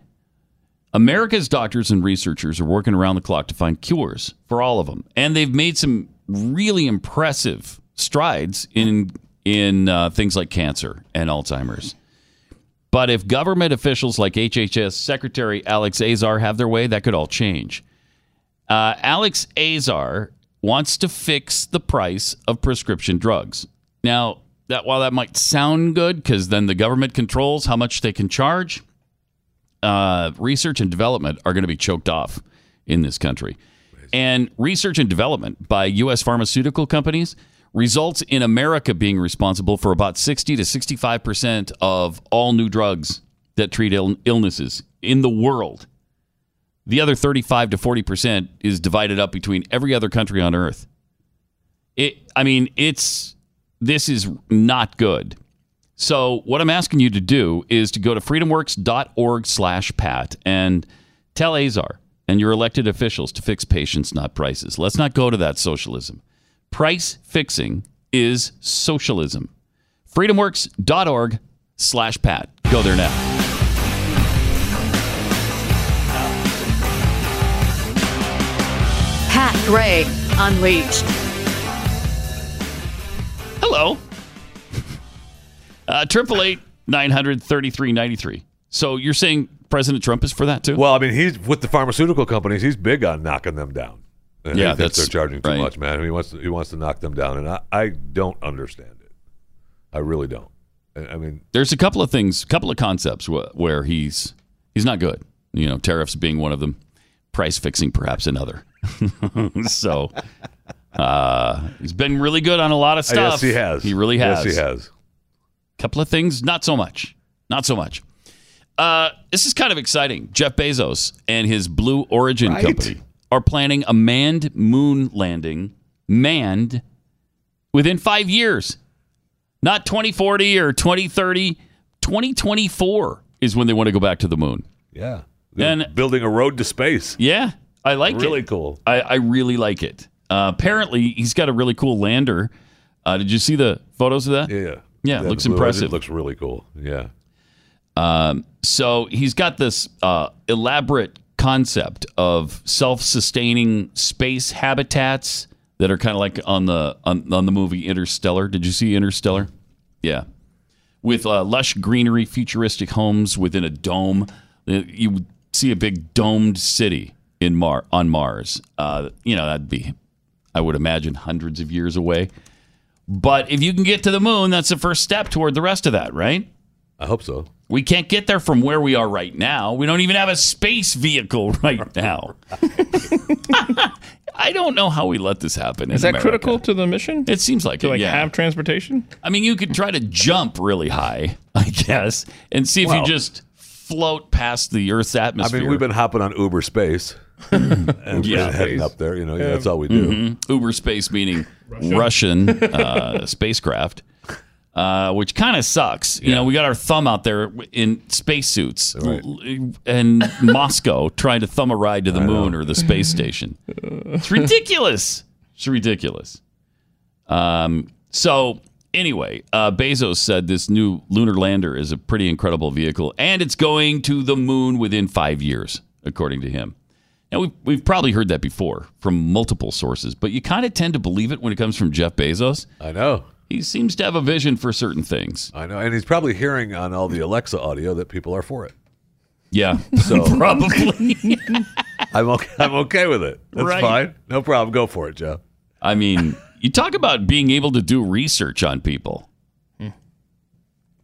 America's doctors and researchers are working around the clock to find cures for all of them, and they've made some really impressive strides in in uh, things like cancer and Alzheimer's. But if government officials like HHS Secretary Alex Azar have their way, that could all change. Uh, Alex Azar wants to fix the price of prescription drugs. Now, that while that might sound good, because then the government controls how much they can charge, uh, research and development are going to be choked off in this country. And research and development by U.S. pharmaceutical companies results in America being responsible for about 60 to 65 percent of all new drugs that treat Ill- illnesses in the world. The other 35 to 40 percent is divided up between every other country on earth. It, I mean, it's this is not good. So what I'm asking you to do is to go to freedomworks.org/pat and tell Azar and your elected officials to fix patients, not prices. Let's not go to that socialism. Price fixing is socialism. Freedomworks.org/pat. Go there now.
Pat Gray Unleashed.
Hello. Uh, Triple eight nine hundred thirty three ninety three. So you're saying President Trump is for that too?
Well, I mean, he's with the pharmaceutical companies. He's big on knocking them down. And
Yeah,
he
that's
thinks they're charging too
right.
much, man. He wants to, he wants to knock them down, and I, I don't understand it. I really don't. I, I mean,
there's a couple of things, couple of concepts wh- where he's he's not good. You know, tariffs being one of them, price fixing perhaps another. *laughs* so uh, he's been really good on a lot of
Yes,
stuff.
he has.
He really
Yes,
has.
he has.
Couple of things, not so much. Not so much. Uh, this is kind of exciting. Jeff Bezos and his Blue Origin
Right?
company are planning a manned moon landing, manned within five years. Not 2040 or 2030, 2024 is when they want to go back to the moon.
yeah,
And
building a road to space.
Yeah, I like it.
Really cool.
I, I really like it. Uh, apparently, he's got a really cool lander. Uh, did you see the photos of that?
Yeah.
Yeah,
the
it looks
Blue Origin
impressive.
Looks really cool. Yeah.
Um, so he's got this uh, elaborate concept of self-sustaining space habitats that are kind of like on the on, on the movie Interstellar. Did you see Interstellar? Yeah, with uh, lush greenery, futuristic homes within a dome. Uh, You would see a big domed city in Mar on Mars. Uh, you know that'd be I would imagine hundreds of years away. But if you can get to the moon, that's the first step toward the rest of that, right?
I hope so.
We can't get there from where we are right now. We don't even have a space vehicle *laughs* right now. I don't know how we let this happen.
Is that
in America.
critical to the mission?
It seems like
to
it,
like
yeah.
have transportation.
I mean, you could try to jump really high, *laughs* I guess, and see if
Well-
you just float past the Earth's
I
atmosphere.
mean, we've been hopping on Uber Space
*laughs*
and
Yeah.
and heading up there. You know, yeah, that's all we do.
Mhm. Uber space meaning
*laughs*
Russian, uh, spacecraft, uh, which kind of sucks. You know, we got our thumb out there in spacesuits l- in Moscow *laughs* trying to thumb a ride to the moon or the space station. It's ridiculous. It's ridiculous. Um, so anyway, uh, Bezos said this new lunar lander is a pretty incredible vehicle, and it's going to the moon within five years, according to him. Now we've we've probably heard that before from multiple sources, but you kind of tend to believe it when it comes from Jeff Bezos.
I know.
He seems to have a vision for certain things.
I know, and he's probably hearing on all the Alexa audio that people are for it.
Yeah,
*laughs* So
*laughs* probably.
*laughs* I'm okay. I'm okay with it. That's
Right.
fine. No problem. Go for it, Joe.
I mean, you talk about being able to do research on people.
Hmm.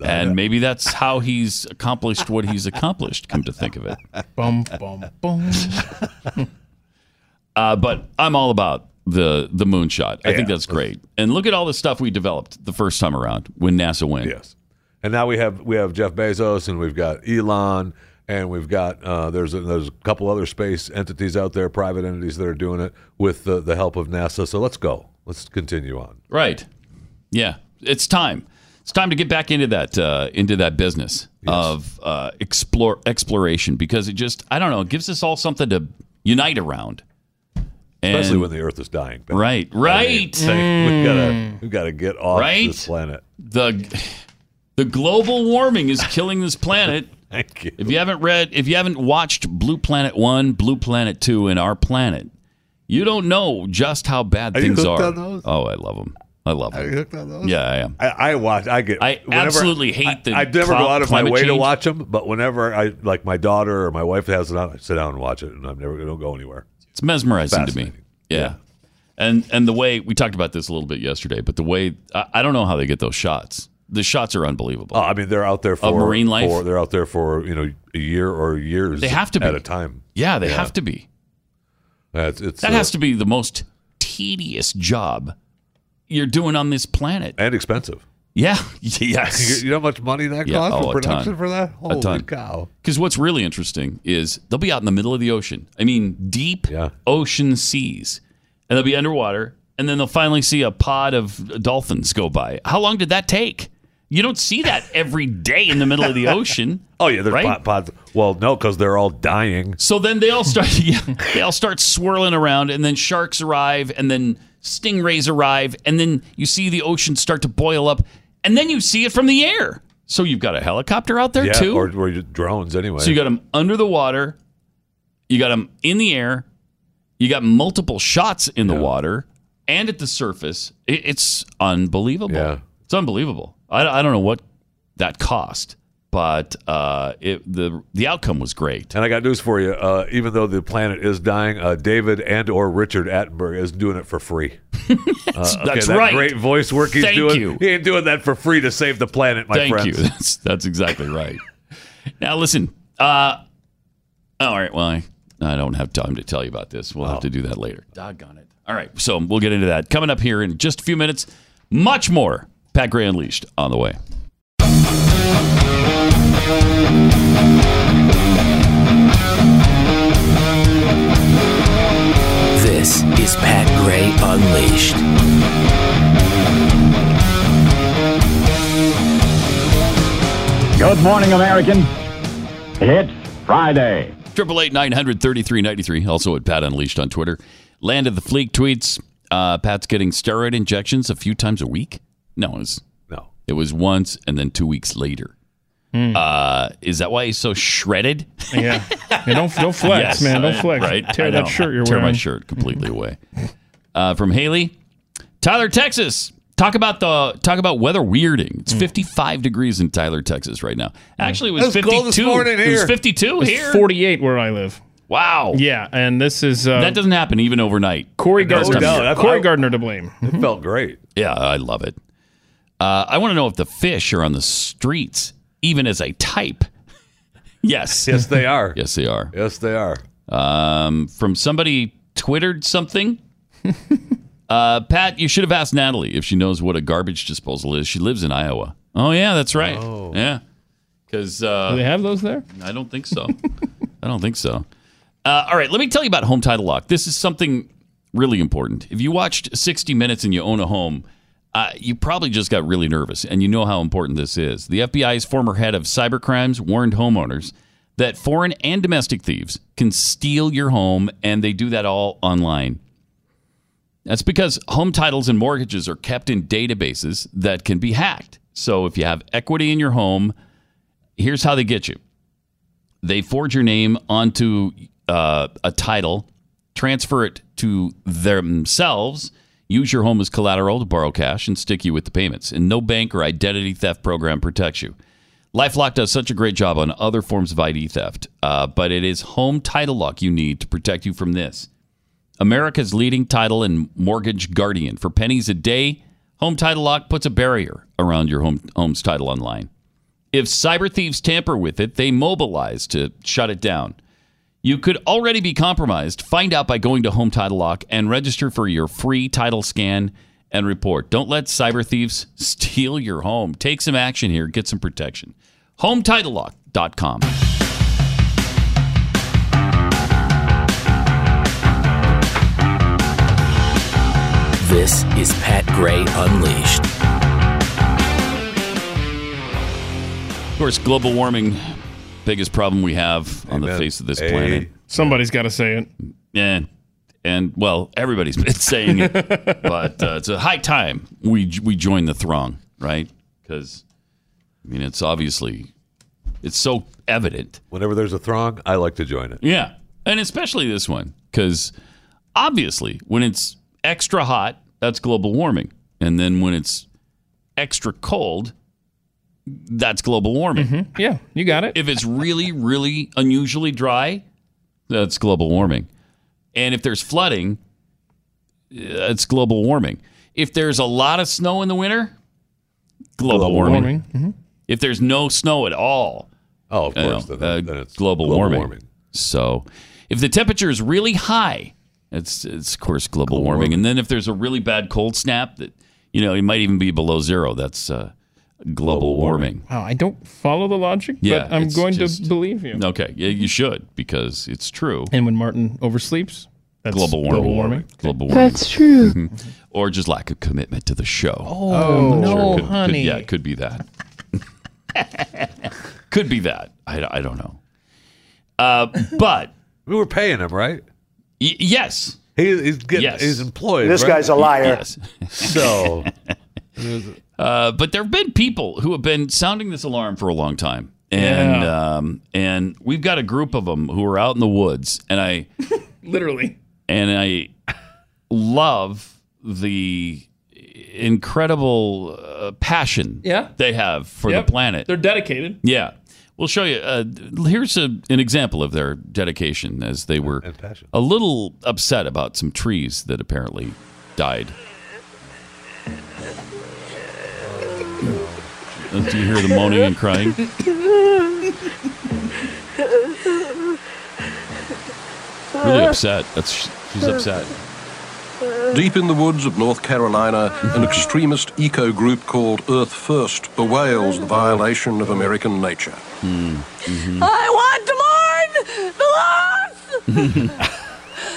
And maybe that's how he's accomplished what he's accomplished, come to think of it.
*laughs* Bum bum bum. *laughs*
Uh, but I'm all about the the moonshot. I think that's great. And look at all the stuff we developed the first time around when NASA went.
Yes. And now we have we have Jeff Bezos, and we've got Elon, and we've got uh, there's a, there's a couple other space entities out there, private entities that are doing it with the, the help of NASA. So let's go. Let's continue on.
Right. Yeah. It's time. It's time to get back into that uh, into that business of uh, explore exploration because it just I don't know it gives us all something to unite around.
Especially
And-
when the Earth is dying. Ben.
Right. Right. Hmm.
I mean, we gotta we gotta get off
Right?
this planet.
the the global warming is killing this planet.
*laughs* Thank you.
If you haven't read, if you haven't watched Blue Planet One, Blue Planet Two, and Our Planet, you don't know just how bad
Are you
things
hooked
are.
on those?
Oh, I love them. I love them.
Are you hooked on those?
Yeah, I am.
I, I watch. I get. I
absolutely hate the
I, I never
cl-
go out of my
climate
way to
change.
watch them, but whenever I like my daughter or my wife has it on, I sit down and watch it, and I'm never gonna go anywhere.
It's mesmerizing to me. Yeah. And and the way we talked about this a little bit yesterday, but the way I, I don't know how they get those shots. The shots are unbelievable.
Oh, I mean, they're out there for
Of marine life?
For, they're out there for you know a year or years.
They have to be.
at a time.
Yeah, they have to be.
That's it's
That
uh,
has to be the most tedious job you're doing on this planet.
and expensive.
Yeah. *laughs* Yes. *laughs*
*laughs* You know how much money that
Yeah,
costs
oh,
for
a ton.
production for that?
A
Holy
ton.
cow!
Because what's really interesting is they'll be out in the middle of the ocean. I mean, deep ocean seas, and they'll be underwater, and then they'll finally see a pod of dolphins go by. How long did that take? You don't see that every day in the middle
*laughs*
of the ocean.
Oh yeah, there's
Right?
pot, pods. Well, no, because they're all dying.
So then they all start *laughs* yeah, they all start swirling around, and then sharks arrive, and then stingrays arrive, and then you see the ocean start to boil up, and then you see it from the air. So you've got a helicopter out there
yeah,
too,
or, or just drones anyway.
So you got them under the water, you got them in the air, you got multiple shots in the water and at the surface. It, it's unbelievable. Yeah. It's unbelievable. I, I don't know what that cost, but uh, it, the the outcome was great.
And I got news for you. Uh, even though the planet is dying, uh, David and or Richard Attenborough is doing it for
*laughs*
free. Uh, okay,
that's
that
right.
Great voice work *laughs* he's
Thank
doing.
you.
He ain't doing that for free to save the planet, my
Thank
friends.
you. *laughs* That's that's exactly right. now listen. Uh, all right. Well, I, I don't have time to tell you about this.
Oh.
We'll have to do that later. Doggone it. All right. So we'll get into that coming up here in just a few minutes. Much more. Pat Gray Unleashed on the way.
This is Pat Gray Unleashed.
Good morning, American. It's Friday.
Triple eight nine hundred thirty three ninety three. Also at Pat Unleashed on Twitter. Land of the Fleek tweets. Uh, Pat's getting steroid injections a few times a week. No, it was
no.
It was once and then two weeks later. Uh, is that why he's so shredded? *laughs*
Yeah. Yeah, don't don't flex,
Yes,
man. Don't
I-
flex.
Right? I
Tear that
know.
shirt you're
Tear
wearing.
my shirt completely away. Uh, from Haley, Tyler, Texas. Talk about the talk about weather weirding.
Hmm.
It's 55 degrees in Tyler, Texas right now. Actually, it was
It was
52.
cold this morning
It was
here.
52
It's
here.
48 where I live.
Wow.
Yeah, and this is uh,
that doesn't happen even overnight.
Corey
That's
Gardner.
tough.
Corey Gardner to blame.
It felt great.
Mm-hmm. Yeah, I love it. Uh, I want to know if the fish are on the streets, even as a type. *laughs* Yes.
Yes, they are.
*laughs* Yes, they are.
Yes, they are.
Um, from somebody twittered something. *laughs* uh, Pat, you should have asked Natalie if she knows what a garbage disposal is. She lives in Iowa. Oh yeah, that's right. Yeah, because uh,
Do they have those there?
I don't think so. I don't think so. Uh, all right, let me tell you about home title lock. This is something really important. If you watched 60 Minutes and you own a home, uh, you probably just got really nervous, and you know how important this is. The FBI's former head of cyber crimes warned homeowners that foreign and domestic thieves can steal your home, and they do that all online. That's because home titles and mortgages are kept in databases that can be hacked. So if you have equity in your home, here's how they get you they forge your name onto uh, a title, transfer it to themselves, use your home as collateral to borrow cash, and stick you with the payments. And no bank or identity theft program protects you. Lifelock does such a great job on other forms of ID theft, uh, but it is home title lock you need to protect you from this. America's leading title and mortgage guardian. For pennies a day, Home Title Lock puts a barrier around your home, home's title online. If cyber thieves tamper with it, they mobilize to shut it down. You could already be compromised. Find out by going to Home Title Lock and register for your free title scan and report. Don't let cyber thieves *laughs* steal your home. Take some action here. Get some protection. HometitleLock.com.
This is Pat Gray Unleashed.
Of course, global warming, biggest problem we have on the
Amen.
face of this
A-
planet.
*laughs* Somebody's got to say it.
And and well, everybody's been *laughs* saying it, but uh, it's a high time we we join the throng, right? Because I mean, it's obviously it's so evident.
Whenever there's a throng, I like to join it.
Yeah, and especially this one, because obviously when it's extra hot, that's global warming, and then when it's extra cold, that's global warming.
Yeah, you got it.
If it's really, really unusually dry, that's global warming. And if there's flooding, it's global warming. If there's a lot of snow in the winter, global, warming.
Mm-hmm.
If there's no snow at all,
oh, of
course, then, it's global, warming. So, if the temperature is really high, it's it's of course global, warming. And then if there's a really bad cold snap, that you know it might even be below zero. That's uh, global, warming.
Wow, I don't follow the logic,
Yeah,
but I'm
it's
going
just-
to believe you.
Okay, yeah, you should because it's true.
And when Martin oversleeps, that's
global warming.
Global warming.
Global warming.
That's true.
Mhm. *laughs* or just lack of commitment to the show.
Oh,
I'm not
no,
Could- could-
honey.
yeah, it could be that. *laughs* could be that. I, I don't know. Uh, but
we were paying him, right?
yes.
He,
*laughs*
he's getting
Yes.
he's employed. right?
Yes.
so,
Uh, but there have been people who have been sounding this alarm for a long time, and um, and we've got a group of them who are out in the woods, and I
Literally.
and I love the incredible uh, passion
Yeah.
they have for
Yep.
the planet.
They're dedicated.
Yeah. We'll show you. Uh, here's a, an example of their dedication as they were a little upset about some trees that apparently died. *laughs* Do you hear the moaning and crying? Really upset. That's she's upset.
Deep in the woods of North Carolina, an extremist eco group called Earth First bewails the violation of American nature.
Hmm. Mm-hmm.
I want to mourn the loss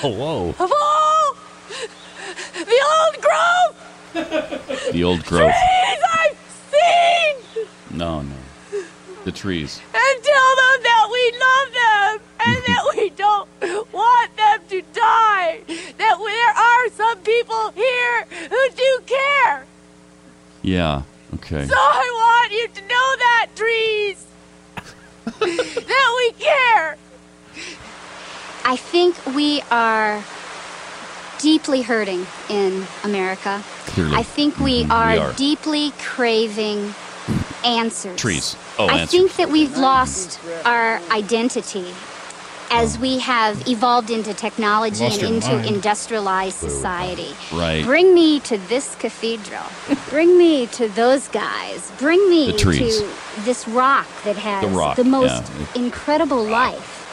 Hello.
of all the old growth
The old growth.
trees I've seen
No, no. The trees.
and tell them that we love them and that we don't want them to die. That there are some people here who do care.
Yeah. Okay.
So I want you to know that, trees, that we care.
I think we are deeply hurting in America.
Clearly.
I think we
Mhm,
are,
we are.
deeply craving answers.
Trees. Oh,
I
answers.
think that we've lost our identity. as we have evolved into technology
Oh. Lost
and
your
into
mind.
industrialized society.
Right.
Bring me to
*laughs*
this cathedral. Bring me to those guys. Bring me
The trees.
to this rock that has
The rock,
most
yeah.
incredible life.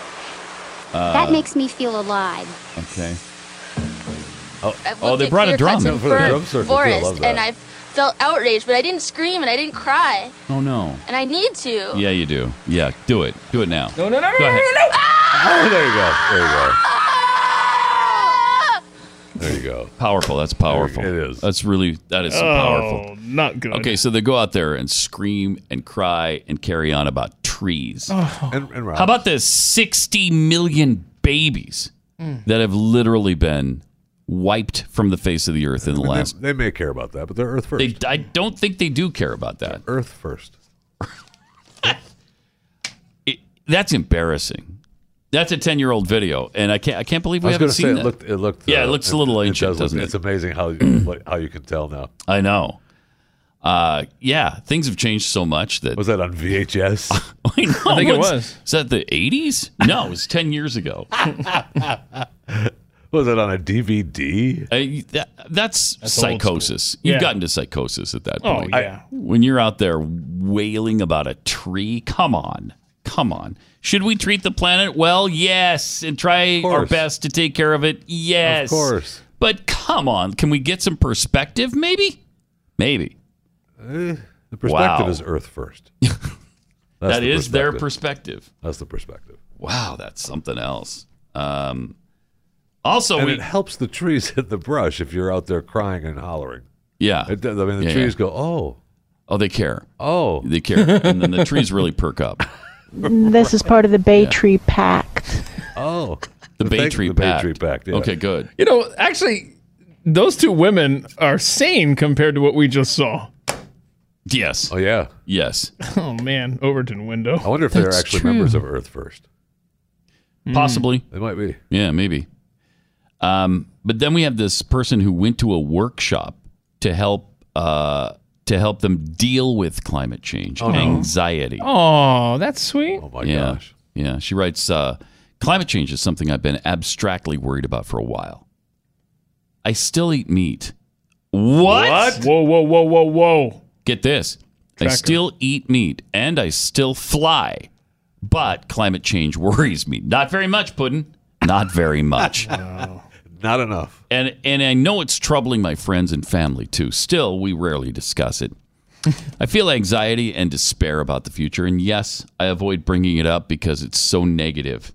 Uh,
that makes me feel alive.
Okay. Oh,
I've
oh,
looked
they
at
brought a
clear
drum.
cuts of fir- forest, and I felt outraged, but I didn't scream and I didn't cry,
oh no.
and I need to.
Yeah, you do. Yeah, do it. Do it now.
No, no, no,
Go ahead.
Oh, there you go. There you go. There you go.
Powerful. That's powerful. It is. That's really that is so
Oh,
powerful.
not good.
Okay, so they go out there and scream and cry and carry on about trees.
Oh.
And, and Rob.
How about the 60 million babies that have literally been wiped from the face of the earth
*laughs*
in the last?
They may care about that, but they're Earth first.
They, I don't think they do care about that.
Earth first.
it, that's embarrassing. That's a 10 year old video, and I can't. I can't believe we
I was
haven't
gonna say
seen
it
that.
looked. It looked.
Yeah, it
uh,
looks a little
does
ancient,
look-
doesn't it?
It's amazing
*clears throat*
how what- how you can tell now.
I know. Uh, yeah, things have changed so much that
was that on VHS?
*laughs* I, know,
I think it
What's-
was.
Is that the '80s? No, it was 10 years ago.
was it on a DVD?
Uh, that, that's,
That's old
psychosis.
school.
You've
Yeah.
gotten to psychosis at that
Oh,
point.
yeah.
when you're out there wailing about a tree, come on, come on. Should we treat the planet well? Yes, and try our
course.
best to take care of it. Yes,
Of course.
But come on, can we get some perspective? Maybe, maybe.
Eh, the perspective
Wow.
is Earth first. That's
That's
the
their perspective.
That's the perspective.
Wow, that's something else. Um, also,
and
we-
it helps the trees *laughs* hit the brush if you're out there crying and hollering.
Yeah.
It does. I mean, the
Yeah,
trees
yeah.
go, oh,
oh, they care.
Oh,
they care, and then the trees
*laughs*
really perk up.
This is part of the Bay Tree Pact.
Oh,
the, Bay
thank-
Tree
the Bay
Pact.
Tree Pact, yeah.
Okay, good.
You know, actually, those two women are sane compared to what we just saw.
Yes.
Oh yeah.
Yes.
*laughs* Oh man, Overton window.
I wonder if they're actually members of Earth First.
Hmm.
Possibly.
They might be.
Yeah, maybe. Um, but then we have this person who went to a workshop to help uh, to help them deal with climate change
Oh, no.
anxiety.
Oh, that's sweet. Oh
my
yeah. gosh. Yeah. She writes uh, Climate change is something I've been abstractly worried about for a while. I still eat meat. What?
Whoa, whoa, whoa, whoa, whoa.
Get this. I
Tracker.
still eat meat and I still fly, but climate change *laughs* worries me. Not very much, Puddin. Not
*laughs*
very much.
Not enough.
And and I know it's troubling my friends and family too. Still, we rarely discuss it. I feel anxiety and despair about the future, and yes, I avoid bringing it up because it's so negative.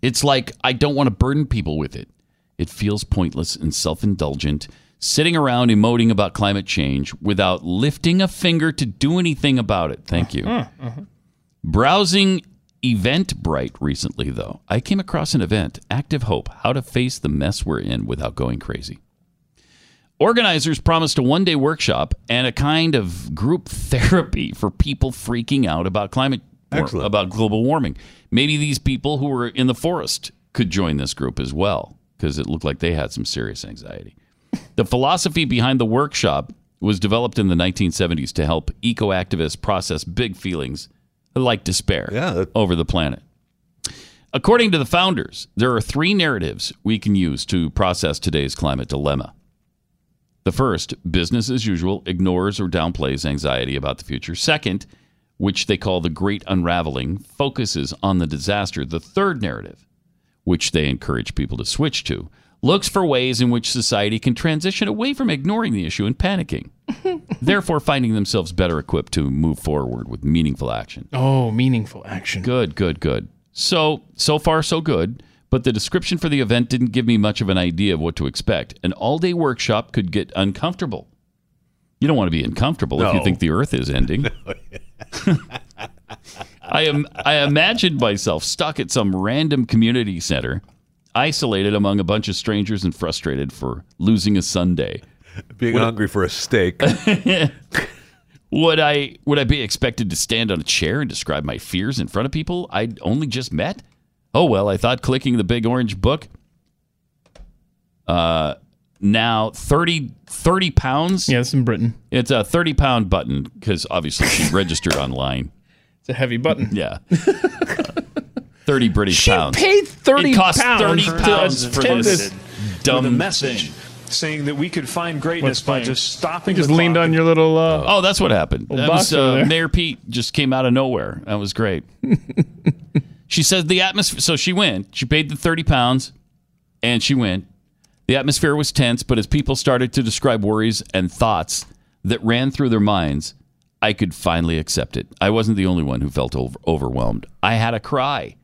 It's like I don't want to burden people with it. It feels pointless and self indulgent, sitting around emoting about climate change without lifting a finger to do anything about it. Thank you.
Uh-huh.
Browsing Eventbrite recently, though, I came across an event, Active Hope How to Face the Mess We're In Without Going Crazy. Organizers promised a one day workshop and a kind of group *laughs* therapy for people freaking out about climate war- about global warming. Maybe these people who were in the forest could join this group as well because it looked like they had some serious anxiety. The philosophy behind the workshop was developed in the 1970s to help eco activists process big feelings like despair over the planet. According to the founders, there are three narratives we can use to process today's climate dilemma. The first, business as usual, ignores or downplays anxiety about the future. Second, which they call the great unraveling, focuses on the disaster. The third narrative, which they encourage people to switch to, looks for ways in which society can transition away from ignoring the issue and
*laughs*
panicking, therefore, finding themselves better equipped to move forward with meaningful action.
Oh, meaningful action.
Good, good, good. So, so far, so good. But the description for the event didn't give me much of an idea of what to expect. An all day workshop could get uncomfortable. You don't want to be uncomfortable if you
No.
think the earth
*laughs*
is ending. I am I imagined myself stuck at some random community center, isolated among a bunch of strangers and frustrated for losing a Sunday.
Being
Would-
hungry for a steak.
*laughs* would I would I be expected to stand on a chair and describe my fears in front of people I'd only just met? Oh well, I thought clicking the big orange book. Uh, now 30, 30 pounds.
Yeah, it's in Britain.
It's a thirty pound button
*laughs*
because obviously she registered online.
It's a heavy button.
Yeah. Uh, Thirty British pounds.
Paid thirty
It cost
pounds
thirty
to
pounds for
attend
this dumb
message saying that we could find greatness by just stopping.
Just
the
leaned
clock.
on your little. Uh,
Oh, that's what happened.
Old
That was,
box over
uh,
there.
Mayor Pete just came out of nowhere. That
*laughs*
was great. she said the atmosphere. So she went. She paid the thirty pounds, and she went. The atmosphere was tense, but as people started to describe worries and thoughts that ran through their minds, I could finally accept it. I wasn't the only one who felt over- overwhelmed. I had a cry.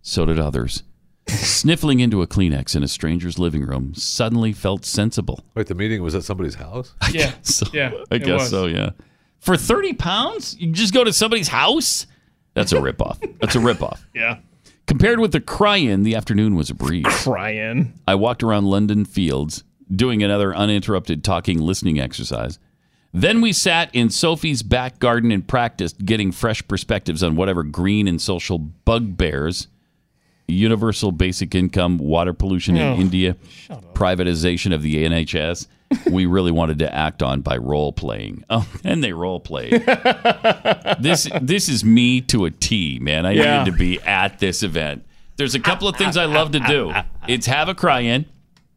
So did others. Sniffling into a Kleenex in a stranger's living room suddenly felt sensible.
Wait, the meeting was at somebody's house?
*laughs*
yeah. Yeah.
I
it
guess
was.
so, yeah. For 30 pounds, you just go to somebody's house? That's a ripoff. That's a ripoff.
Yeah.
Compared with the cry in, the afternoon was a breeze.
Crying.
I walked around London fields doing another uninterrupted talking listening exercise. Then we sat in Sophie's back garden and practiced getting fresh perspectives on whatever green and social bugbears universal basic income, water pollution in
Ugh,
India, privatization of the NHS. we really wanted to act on by role playing. Oh, and they role played. this this is me to a T, man. I
Yeah.
needed to be at this event. *laughs* There's a couple of things I love to do.
Ah,
It's have a cry in.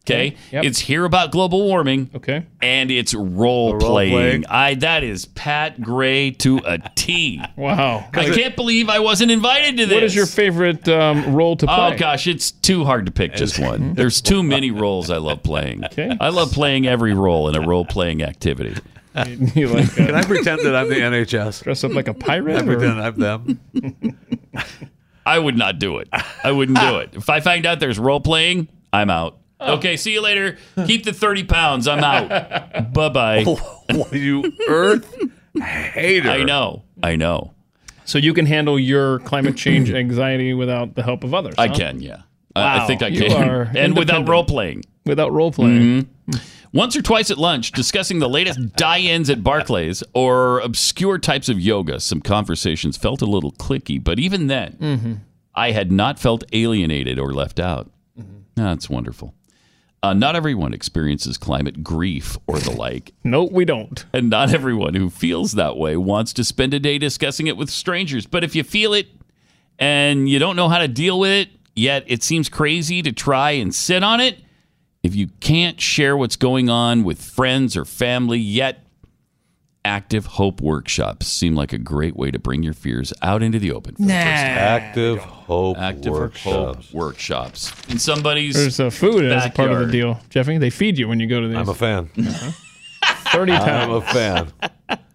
Okay.
*laughs* Yep.
It's hear about global warming.
Okay.
And it's role,
role-playing.
playing. I that is Pat Gray to
*laughs*
a T.
Wow.
I can't believe I wasn't invited to this.
What is your favorite um, role to play?
Oh gosh, it's too hard to pick just
*laughs*
one. There's too many roles I love playing. I love playing every role in a role playing activity.
*laughs* You like, uh,
Can I pretend that I'm the NHS?
Dress up like a pirate?
I
or-
pretend I'm them.
I would not do it. I wouldn't do it. If I find out there's role playing, I'm out.
Oh.
Okay, see you later. *laughs* Keep the 30 pounds. I'm
*laughs*
out. bye bye.
you earth hater.
I know. I know.
So you can handle your climate change *clears throat* anxiety without the help of others.
I
huh?
can, yeah. I- I
Wow.
think I
You
can.
are
*laughs* and without
independent.
role playing.
Without role playing.
Once or twice at lunch, discussing the latest die-ins at Barclays or obscure types of yoga, some conversations felt a little clicky, but even then,
Mm-hmm.
I had not felt alienated or left out.
Mm-hmm.
Ah, That's wonderful. Uh, not everyone experiences climate grief or
*laughs*
the like.
no, we don't.
And not everyone who feels that way wants to spend a day discussing it with strangers. But if you feel it and you don't know how to deal with it, yet it seems crazy to try and sit on it, if you can't share what's going on with friends or family, yet active hope workshops seem like a great way to bring your fears out into the open.
Active hope
Active
workshops.
hope workshops. In somebody's
There's uh, food as part of the
backyard.
deal, Jeffy. They feed you when you go to these.
I'm a fan.
30
I'm
times.
a fan.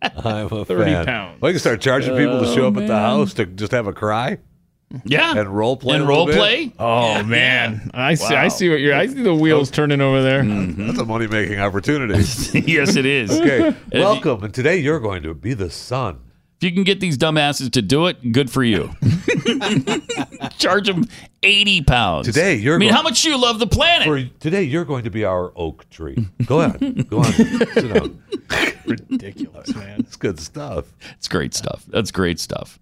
I'm a
30
fan.
pounds.
Well, you can start charging people to show up at the
Oh, man.
house to just have a cry.
Yeah.
And role play.
And
a
role
little bit.
play?
Oh man, I see. I see what you're. I see the wheels turning over
*laughs*
there.
Mm-hmm. That's a money
*laughs*
making opportunity.
yes, it is.
okay.
if you-
Welcome. And today you're going to be the sun.
If you can get these dumbasses to do it, good for
*laughs*
you. Charge them 80 pounds.
Today you're
I mean,
going-
how much do you love the planet?
For today you're going to be our oak tree. Go on.
*laughs*
Go on. Sit down.
Ridiculous, man.
It's good stuff.
It's great stuff. That's great stuff.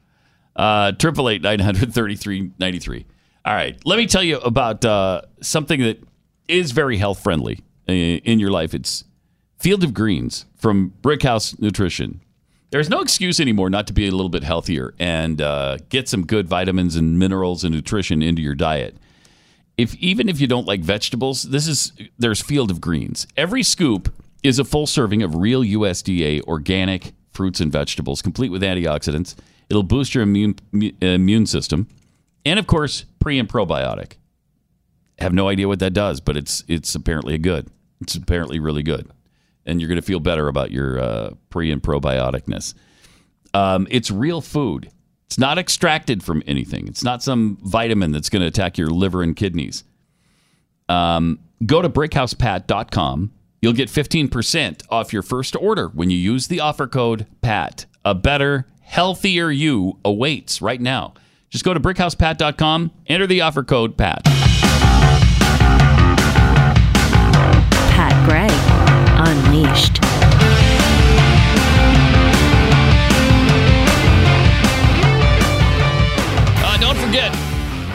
Uh, Triple eight nine hundred thirty three ninety three. All right, let me tell you about uh, something that is very health friendly uh, in your life. It's Field of Greens from Brickhouse Nutrition. There's no excuse anymore not to be a little bit healthier and uh, get some good vitamins and minerals and nutrition into your diet. if even if you don't like vegetables, this is there's Field of Greens. Every scoop is a full serving of real USDA organic fruits and vegetables, complete with antioxidants. It'll boost your immune mu- immune system, and of course, pre and probiotic. Have no idea what that does, but it's it's apparently good. It's apparently really good, and you're going to feel better about your uh, pre and probioticness. Um, it's real food. It's not extracted from anything. It's not some vitamin that's going to attack your liver and kidneys. Um, go to brickhousepat.com. You'll get 15% off your first order when you use the offer code PAT. A better, healthier you awaits right now. Just go to brickhousepat.com, enter the offer code PAT.
Pat Gray Unleashed.
Uh, don't forget,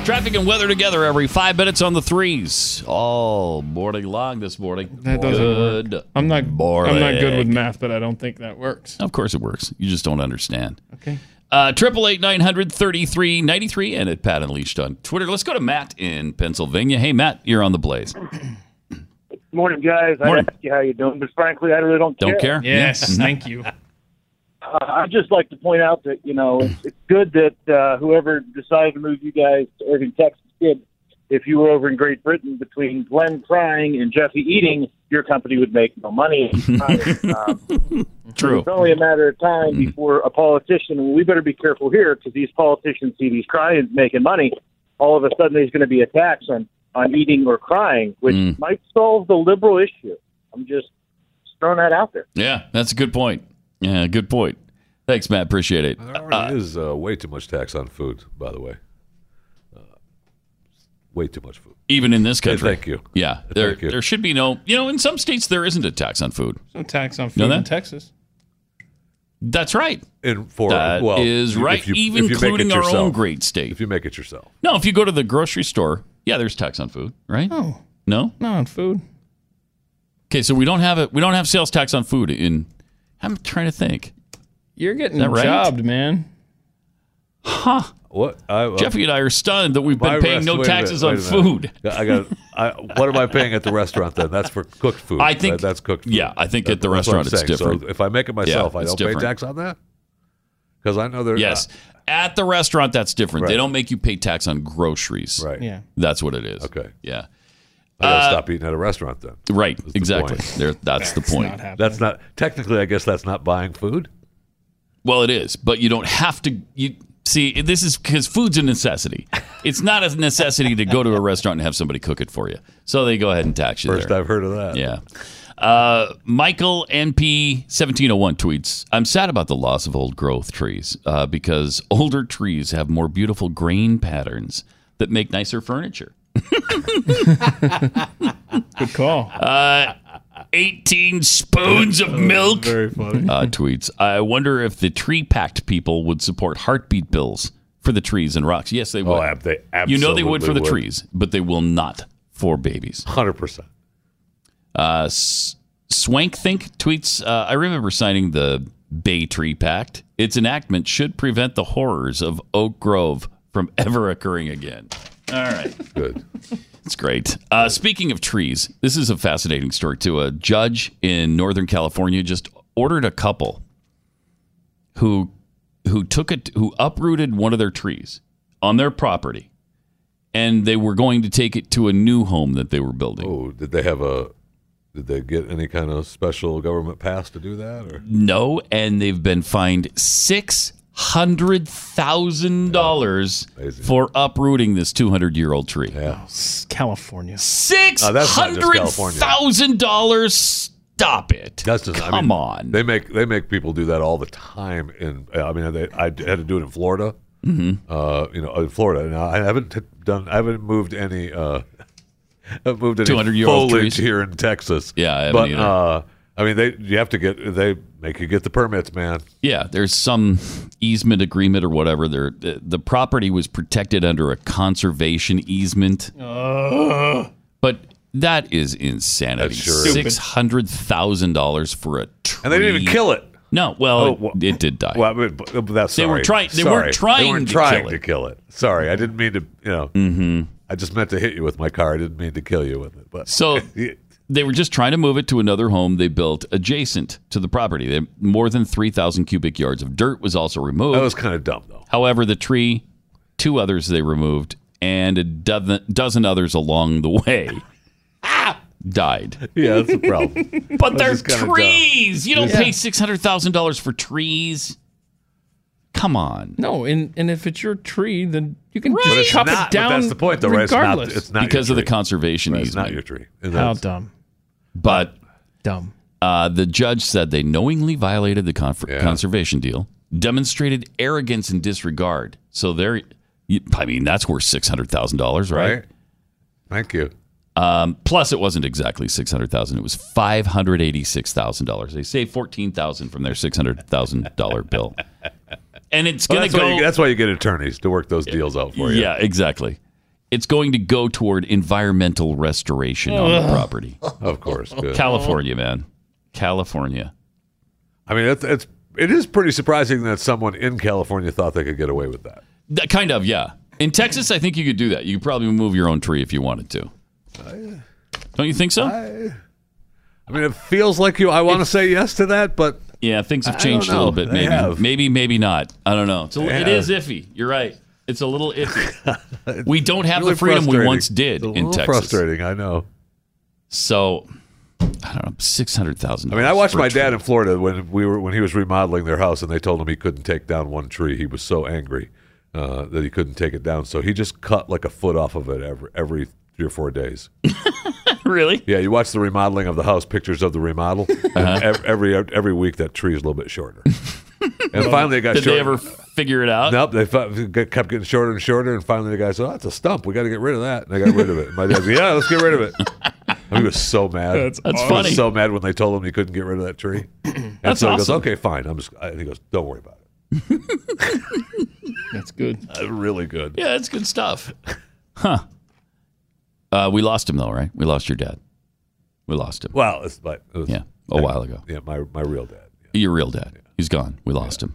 traffic and weather together every five minutes on the threes. All morning long this morning.
That doesn't
Good
work. I'm not.
morning.
I'm not good with math, but I don't think that works.
Of course it works. You just don't understand.
Okay.
Uh, Triple eight nine hundred thirty three ninety three, and at Pat Unleashed on Twitter. Let's go to Matt in Pennsylvania. Hey, Matt, you're on the blaze.
Morning, guys.
Morning.
I ask you how you doing, but frankly, I really don't
Don't care. Mm-hmm.
Yes, *laughs* thank you.
Uh, I'd just like to point out that you know it's, it's good that uh, whoever decided to move you guys to Irving, Texas, did. If you were over in Great Britain between Glenn Crying and Jeffy Eating, your company would make
*laughs*
no money. Um,
True. Mm.
It's only a matter of time before a politician. and We better be careful here because these politicians see these crying making money. All of a sudden, there's going to be a tax on on eating or crying, which
Mm.
might solve the liberal issue. I'm just throwing that out there.
Yeah, that's a good point. Yeah, good point. Thanks, Matt. Appreciate it.
There already is uh, way too much tax on food, by the way. Uh, way too much food.
Even in this
Hey,
country.
thank you.
Yeah, there
Thank you.
there should be no. You know, in some states there isn't a tax on food.
No tax on food
Know
in
that?
Texas.
That's right.
And for
That
well,
is right,
if you-
even
if you make
including
it
our
yourself.
own great state.
If you make it yourself,
No, if you go to the grocery store, yeah, there's tax on food, right?
Oh.
No.
Not on food.
Okay, so we don't have it. We don't have sales tax on food in. I'm trying to think.
You're getting
Is that right?
jobbed, man.
Huh.
What? I, uh,
Jeffy and I are stunned that we've
my
been paying
rest-
no
wait a minute,
taxes
wait
on
a minute.
food.
Yeah, I got. I, what am I paying at the restaurant then? That's for cooked food.
I think-
That- that's cooked. Food.
yeah, I think at the
That's what I'm
restaurant it's
saying. So
different.
if I make it
Yeah,
myself, I
it's
don't
different.
pay tax on that because I know there.
Yes. At the restaurant, that's different. They
Right.
don't make you pay tax on groceries. Right.
Yeah.
That's what it is.
Okay.
Yeah.
I gotta
Uh,
stop eating at a restaurant then.
Right.
That's the
exactly.
point.
There,
*laughs*
that's the point.
that's not technically. I guess that's not buying food.
Well, it is, but you don't have to. You see, this is because food's a necessity. It's not a necessity to go to a restaurant and have somebody cook it for you. So they go ahead and tax you.
First
there.
I've heard of that.
Yeah. Uh, Michael NP seventeen oh one tweets: I'm sad about the loss of old growth trees uh, because older trees have more beautiful grain patterns that make nicer furniture.
Good call.
Uh, 18 spoons of milk.
Very funny.
uh, tweets. I wonder if the tree pact people would support heartbeat bills for the trees and rocks. Yes, they would.
Oh, ab- they
you know they would
absolutely
for the
would.
trees, but they will not for babies.
Hundred percent.
Uh, S- Swank Think tweets. Uh, I remember signing the Bay Tree Pact. Its enactment should prevent the horrors of Oak Grove from ever occurring again. All right.
Good.
It's great. Uh, speaking of trees, this is a fascinating story too. A judge in Northern California just ordered a couple who who took it who uprooted one of their trees on their property, and they were going to take it to a new home that they were building.
Oh, did they have a? Did they get any kind of special government pass to do that? Or
No, and they've been fined six hundred thousand dollars for uprooting this two hundred year old tree.
Yeah.
California.
Six
Oh, that's not just
hundred
*laughs*
California.
thousand dollars. Stop it.
that's just. I
Come
mean,
on.
They make they make people do that all the time. In I mean, they, I had to do it in Florida.
Mhm.
Uh, you know, in Florida. Now I haven't t- done. I haven't moved any. Uh, *laughs* I've moved any
200-year-old
foliage
trees.
here in Texas.
Yeah, I haven't
but
either.
uh, I mean, they you have to get they make you get the permits, man.
Yeah, there's some easement agreement or whatever. There, the, the property was protected under a conservation easement, but that is insanity.
sure is.
Six hundred thousand dollars for a tree,
And they didn't even kill it.
No, well,
Oh,
it- it did die.
Well, I mean, but- but that's
They were
sorry.
trying- they
Sorry.
weren't trying
They weren't
to
trying
kill Mm-hmm.
to kill it. Sorry, I didn't mean to. You know, I just meant to hit you with my car. I didn't mean to kill you with it. But *laughs*
So they were just trying to move it to another home they built adjacent to the property. They, more than 3,000 cubic yards of dirt was also removed.
That was kind of dumb, though.
However, the tree, two others they removed, and a dozen, dozen others along the
*laughs*
way died.
Ah! yeah, that's the problem.
But they're
That's just kinda dumb.
trees. You don't
Yeah.
pay $600,000 for trees. Come on.
No, and, and if it's your tree, then you can
But
just
it's
chop
not-
it
but
down.
that's the point, though, right? It's not-
regardless.
it's not your
because of the
tree.
conservation
Right, it's
easement.
not your tree. And
How
that's-
dumb.
But
Dumb.
Uh, the judge said they knowingly violated the conf- conservation deal, demonstrated arrogance and disregard. So there, you- I mean, that's worth six hundred thousand dollars, right?
Right. Thank you.
Um, plus, it wasn't exactly six hundred thousand; it was five hundred eighty-six thousand dollars. They saved fourteen thousand from their six hundred thousand dollar bill, and it's
Well,
going
that's,
to go.
why you, that's why you get attorneys to work those deals out for you.
yeah, exactly. It's going to go toward environmental restoration on the
Ugh.
property.
Of course. good.
California, man, California.
I mean, it's, it's it is pretty surprising that someone in California thought they could get away with that.
That kind of, yeah. In Texas, I think you could do that. You could probably move your own tree if you wanted to. Don't you think so?
I, I mean, it feels like you. I want to say yes to that, but
Yeah, things
I
have
don't
changed a
know.
little bit.
They
Maybe,
have.
maybe, maybe not. I don't know. It's a, It
Yeah.
is iffy. You're right. It's a little
*laughs*
iffy. we don't have the freedom we once did
It's a
in
little
Texas.
Frustrating, I know.
So, I don't know, six hundred thousand.
I mean, I watched my dad in Florida when we were when he was remodeling their house, and they told him he couldn't take down one tree. He was so angry uh, that he couldn't take it down, so he just cut like a foot off of it every every three or four days.
*laughs* really? Uh-huh.
Yeah, you watch the remodeling of the house, pictures of the remodel, and ev- every every week that tree is a little
*laughs*
bit shorter. and finally, it got
Did
shorter.
they ever figure it out?
Nope, they fi- got- kept getting shorter and shorter, and finally the guy said, "Oh, that's a stump. We got to get rid of that." And they got rid of it. My dad, said, "Yeah, let's get rid
*laughs*
of it." And he was so mad.
That's That's
He was
funny.
So mad when they told him he couldn't get rid of that tree. And
*clears throat* That's
so he
awesome.
goes, "Okay, fine." I'm just. And he goes, "Don't worry about
That's good.
it. *laughs* Uh, really good."
Yeah, that's good stuff. Huh? Uh, we lost him though, right? We lost your dad. We lost him.
Well, it's like it was,
yeah, a while ago.
Yeah, my my real dad.
Your real dad. He's gone. We lost him.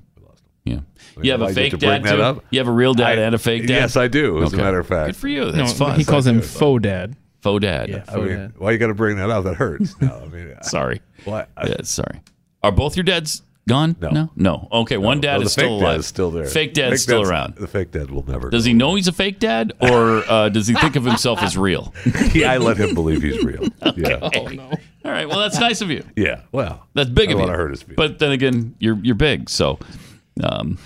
Yeah.
mean,
You have
I
a
get
fake
to bring
dad
that
too?
up?
You have a real dad and a fake dad?
Yes, I do. As
Okay.
a matter of fact,
Good for you. That's
no,
fun.
He calls him faux dad.
faux dad.
Yeah,
I mean,
faux dad.
why you got to bring that up? That hurts. No,
*laughs*
I mean,
Sorry.
What?
Yeah, sorry. Are both your dads gone? No. No. Okay, one dad
No, the
is
fake
still
dad
alive.
is still there.
Fake dad's
Fake
still
dad's-
around.
The fake dad will never.
Does he know he's a fake dad, or uh, does he think of himself as
*laughs*
real?
Yeah, I let him believe he's real.
*laughs*
Yeah.
Oh
*laughs*
no! All right. Well, that's nice of you.
Yeah. Well,
That's big
I
of you.
wanna hurt his feelings.
But then again, you're you're big, so
*laughs*
um,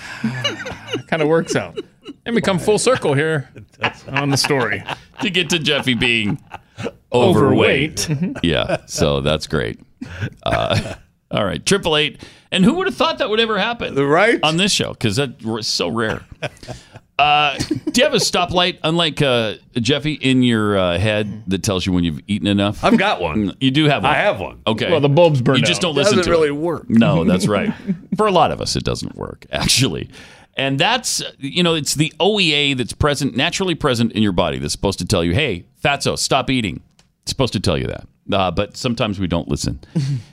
kind of works out. And we come full circle *laughs* here on the story.
to get to Jeffy being
Overweight. Mm-hmm.
overweight. yeah. So that's great. Uh, *laughs* all right. Triple eight. And who would have thought that would ever happen?
Right?
On this show, because that's so rare. Uh, do you have a stoplight, unlike uh, Jeffy, in your uh, head that tells you when you've eaten enough? I've
got one.
You do have one.
I have one.
Okay.
Well, the bulbs burned
You just
out.
don't listen
Doesn't
to
really
it.
work.
No,
*laughs*
that's right. *laughs* For a lot of us, it doesn't work actually, and that's you know it's the OEA that's present naturally present in your body that's supposed to tell you, hey, fatso, stop eating. It's supposed to tell you that, uh, but sometimes we don't listen,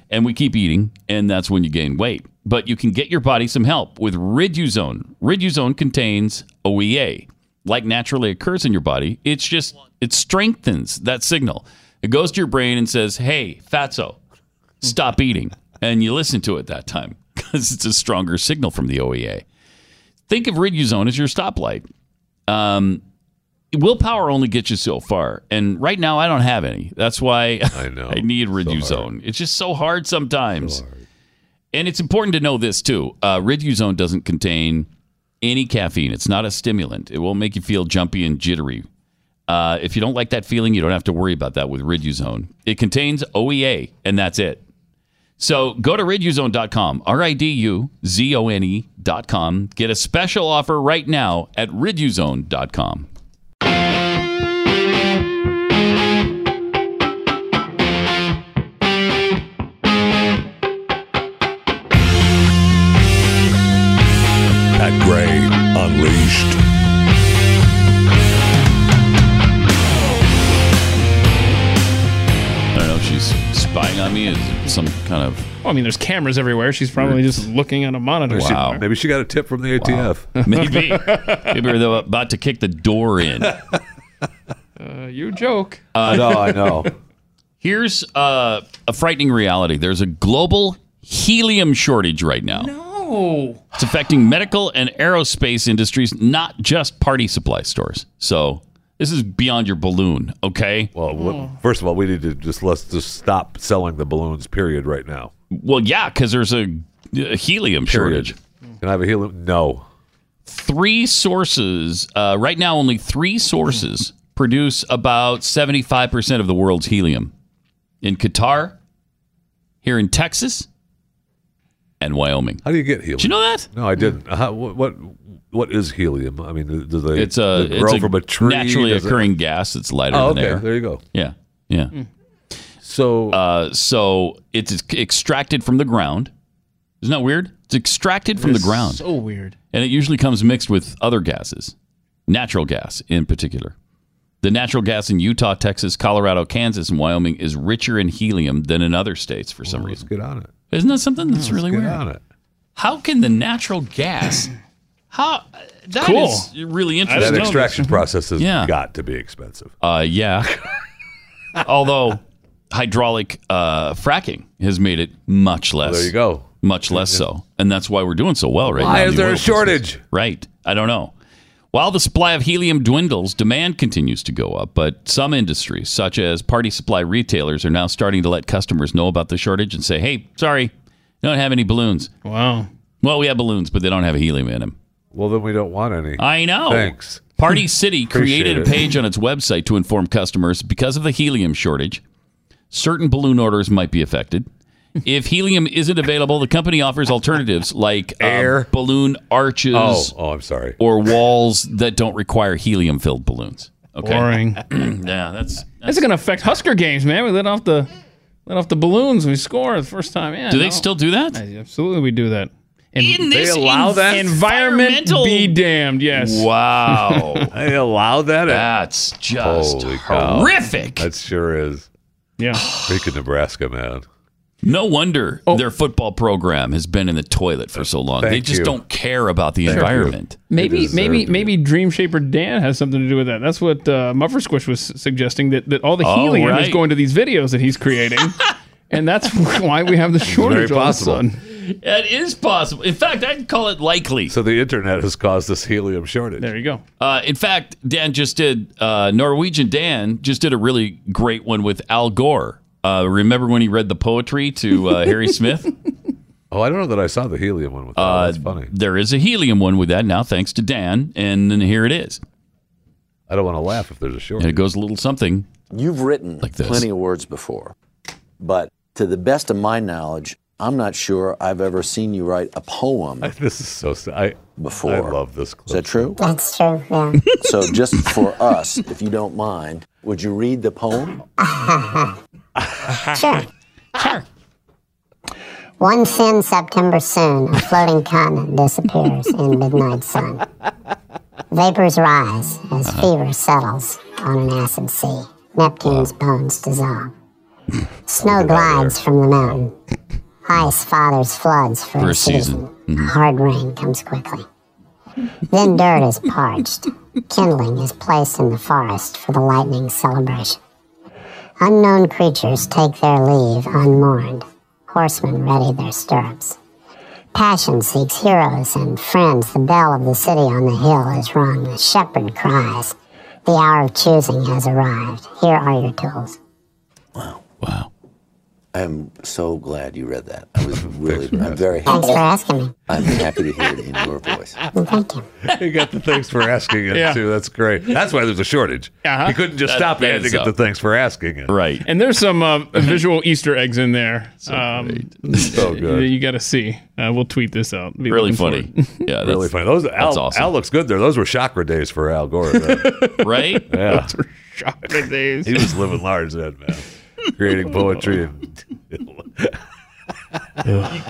and we keep eating, and that's when you gain weight. But you can get your body some help with Riduzone. Riduzone contains OEA like naturally occurs in your body. It's just it strengthens that signal. It goes to your brain and says, "Hey, fatso, stop eating." And you listen to it that time *laughs* because it's a stronger signal from the E OEA. Think of Riduzone as your stoplight. Um, willpower only gets you so far, and right now I don't have any. That's why *laughs* I know I need Riduzone. it's just so hard sometimes. And it's important to know this too. Uh, Riduzone doesn't contain any caffeine. It's not a stimulant. It won't make you feel jumpy and jittery. Uh, if you don't like that feeling, you don't have to worry about that with Riduzone. It contains OEA, and that's it. So go to riduzone.com, R I D U Z O N E.com. Get a special offer right now at riduzone.com.
Pat Gray Unleashed.
I don't know if she's spying on me as some kind of.
*laughs*
Well, I mean, there's cameras everywhere. She's probably just looking at a monitor.
Wow.
somewhere.
Maybe she got a tip from the ATF.
Maybe. Maybe they're about to kick the door
*laughs*
in.
Uh, you joke.
Uh,
*laughs* know.
Here's uh, a frightening reality. There's a global helium shortage right now.
No.
It's affecting medical and aerospace industries, not just party supply stores. So this is beyond your balloon, okay?
Well, what- first of all, we need to just let's just stop selling the balloons. Period. Right now.
Well, yeah, because there's a, a helium shortage.
Can I have a helium? No.
Three sources uh, right now. Only three sources produce about seventy-five percent of the world's helium. In Qatar, here in Texas, and Wyoming.
How do you get helium?
Did you know that? Hmm.
No, I didn't. Uh, How, what, what what is helium? I mean, do they?
It's a,
do they grow
it's
from a tree.
naturally
Does it-
occurring gas. It's lighter
Oh,
than
okay.
air.
There you go.
Yeah, yeah.
Hmm.
So,
uh, so it's extracted from the ground. Isn't that weird? It's extracted from the
It's
ground,
So weird.
and it usually comes mixed with other gases, natural gas in particular. The natural gas in Utah, Texas, Colorado, Kansas, and Wyoming is richer in helium than in other states for some reason.
Get on it.
Isn't that something that's really
Get
weird?
on it.
How can the natural gas? How that is
Cool.
really interesting.
That extraction process has
Yeah.
got to be expensive.
Uh,
*laughs*
yeah. Although hydraulic uh, fracking has made it much less.
there you go.
Much less so, and that's why we're doing so well right now.
Why
in
is
the
there a
oil business.
shortage?
Right. I don't know. While the supply of helium dwindles, demand continues to go up, but some industries, such as party supply retailers, are now starting to let customers know about the shortage and say, hey, sorry, don't have any balloons. Wow. Well, we have balloons, but they don't have helium in them.
Well, then we don't want any.
I know.
Thanks.
Party City
*laughs* Appreciate
created a
it.
page on its website to inform customers because of the helium shortage, certain balloon orders might be affected. If helium isn't available, the company offers alternatives like uh, balloon arches
Oh, oh, I'm sorry.
or walls that don't require helium filled balloons. Okay.
Boring.
*clears throat* yeah, that's.
This is gonna affect Husker games, man. We let off the let off the balloons and we score the first time. Yeah,
do they
no.
still do that?
Absolutely, we do that.
In this
environment
environmental-
be damned. Yes.
*laughs*
Wow.
they allow that?
That's just horrific.
That sure is.
Yeah.
Freaking Nebraska, man.
No wonder
Oh.
their football program has been in the toilet for so long. they
Thank
just
you.
don't care about the
Thank you.
environment.
Maybe maybe maybe Dream Shaper Dan has something to do with that. That's what uh, Muffer Squish was suggesting that, that all the
Oh,
helium is
right.
going to these videos that he's
*laughs*
creating, and that's why we have the shortage all of a sudden.
That is possible. In fact, I'd call it likely.
So the internet has caused this helium shortage. There
you go.
Uh, in fact, Dan just did, uh, Norwegian Dan just did a really great one with Al Gore. Uh, remember when he read the poetry to
*laughs*
uh, Harry Smith?
*laughs*
Oh, I don't know that I saw the helium one with that.
Uh,
Oh, That's funny.
There is a helium one with that now, thanks to Dan. And then here it is.
I don't want to
*laughs*
laugh if there's a shortage.
And it goes a little something.
You've written
this.
plenty of words before, but to the best of my knowledge, I'm not sure I've ever seen you write a poem.
*laughs* This is so sad. I,
before.
I love this clip.
Is that true?
That's true, *laughs* yeah.
so, just for us, if you don't mind, would you read the poem?
sure. Sure. One thin September soon, a floating continent disappears in midnight sun. Vapors rise as fever settles on an acid sea. Neptune's bones *laughs* dissolve. Snow glides from the mountain. Ice fathers floods for,
For
a
a
season. Mm-hmm.
season.
A hard rain comes quickly. Then dirt is parched. Kindling is placed in the forest for the lightning's celebration. Unknown creatures take their leave unmourned. Horsemen ready their stirrups. Passion seeks heroes and friends. The bell of the city on the hill is rung. The shepherd cries. The hour of choosing has arrived. Here are your tools.
I'm so glad you read that. I
*laughs*
was really, I'm very happy.
Thanks for asking me.
I'm happy to hear it in your voice.
Thank you.
you got the thanks for asking it
Yeah.
too. That's great. That's why there's a shortage.
Uh-huh.
You couldn't just
That-
stop.
that
You had to
is
get the
up.
thanks for asking it.
Right.
And there's some uh, visual Easter eggs in there. um,
So good.
that *laughs* You got to see. Uh, we'll tweet this out. Be
Really
looking for
funny.
it. *laughs*
Yeah,
really
that's-
funny. Those Al,
that's awesome.
Al looks good there. Those were chakra days for Al Gore. man.
*laughs* right?
*laughs*
yeah,
Chakra days.
he was living large then, man. Creating
*laughs*
poetry. And,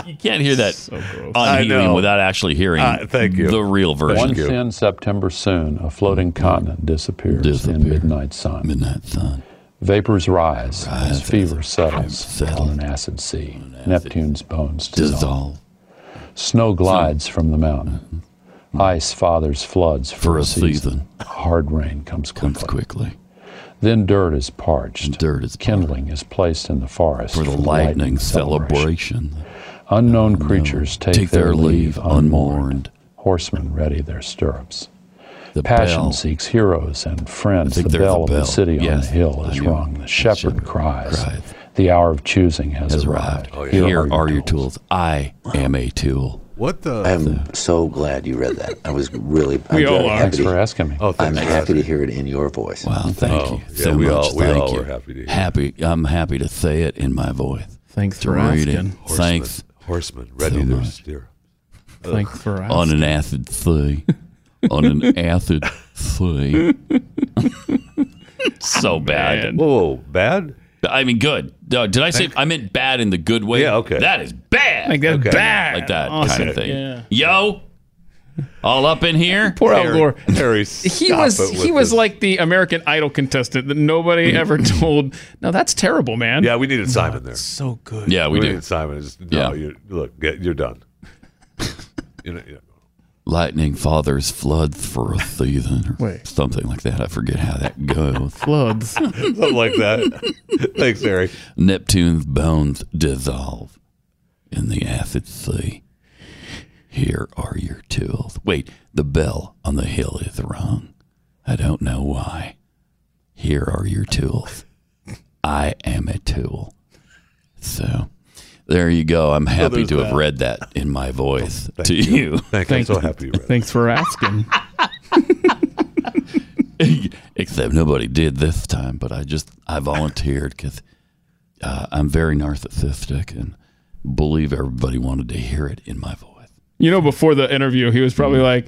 You can't hear
*laughs*
that
Oh,
I
on helium
know.
without actually hearing
Uh, thank you.
the real version.
One thin September soon, a floating continent disappears in midnight sun.
Midnight sun.
Vapors rise, as fever settles on an acid sea. Neptune's bones dissolve. Snow glides from the mountain. Ice fathers floods for, a season. Hard rain comes quickly. Then dirt is parched. dirt is kindling is placed in the forest
For the lightning celebration.
Unknown creatures take,
Take
their,
their
leave
leave
unmourned. Horsemen ready their stirrups.
The
passion
bell.
seeks heroes and friends.
I
The bell,
think they're the
of the
bell.
city on the
Yes,
hill
I
is
knew.
rung. The shepherd, cries. The hour of choosing has, arrived.
Here, are your tools. I am a tool.
What the?
I'm so glad you read that. I was really. I'm
We all
very
are.
happy
Thanks
to-
for asking me.
Oh,
I'm
thanks for
happy to hear it in your voice.
Wow, thank
Oh,
you
yeah,
so
we
much.
all- we
thank
all
you.
were happy to hear.
Happy, I'm happy to say it in my voice.
Thanks
to
for
read it.
asking.
Horsemen-
Thanks.
horsemen ready
so
their
much.
steer.
Thanks for asking.
*laughs* On an acid sea.
*laughs*
On an acid sea. so bad.
Whoa, bad?
I mean, good. No, did I say I meant bad in the good way? Yeah, okay. That is bad.
Like that's
Okay.
bad.
Like that
Awesome.
kind of thing.
Yeah.
Yo, all up in here.
Poor Al Gore.
Harry,
He was he was like the American Idol contestant that
*laughs*
nobody ever told. No, that's terrible, man.
Yeah, we needed Simon there.
So good.
Yeah, we do.
needed Simon. It's- no,
Yeah. *laughs*
you look, get, you're done. You know, you know,
Lightning fathers flood for a season, or
Wait.
something like that. I forget how that goes.
Floods.
*laughs* Something like that. Thanks, Eric.
Neptune's bones dissolve in the acid sea. Here are your tools. Wait, the bell on the hill is rung. I don't know why. Here are your tools. I am a tool. So there you go. I'm happy
there's
to have
that.
read that in my voice to
you.
you.
*laughs* Thank you. I'm so happy you read
Thanks for asking. *laughs*
Except nobody did this time, but I just I volunteered because uh, I'm very narcissistic and believe everybody wanted to hear it in my voice.
You know, before the interview, he was probably like,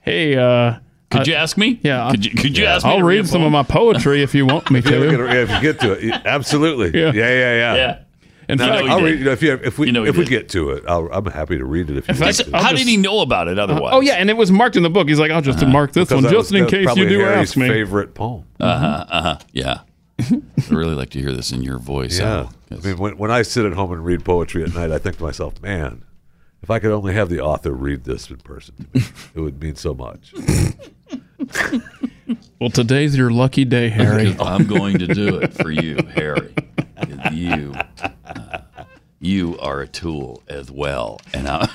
"Hey, uh,
could you ask me?
Yeah,
Could you- could you ask me
I'll
to
read,
read a
some of
poem?"
my poetry if you want me
*laughs* If
to.
you, ever get, yeah, if you get to it, yeah, absolutely. Yeah, yeah, yeah.
Yeah.
In
You know
fact,
he
I'll
did.
read, you know, if, you, if we,
You know he
if we
did.
get to it, I'll, I'm happy to read it. If you want
Just-
to.
how did he know about it otherwise?
oh yeah, and it was marked in the book. He's like, "I'll just mark this
Uh-huh.
one
Because that
just
was-
in
that was
case you
probably
do
Harry's
ask me."
Favorite poem.
Uh huh. Uh huh. Yeah. *laughs* I'd really like to hear this in your voice.
Yeah.
Al.
I mean, when, when I sit at home and read poetry at night, I think to myself, man, if I could only have the author read this in person, to
*laughs*
me, it would mean so much.
Well, today's your lucky day, Harry.
*laughs* I'm going to do it for you, Harry. You, uh, you are a tool as well, and I,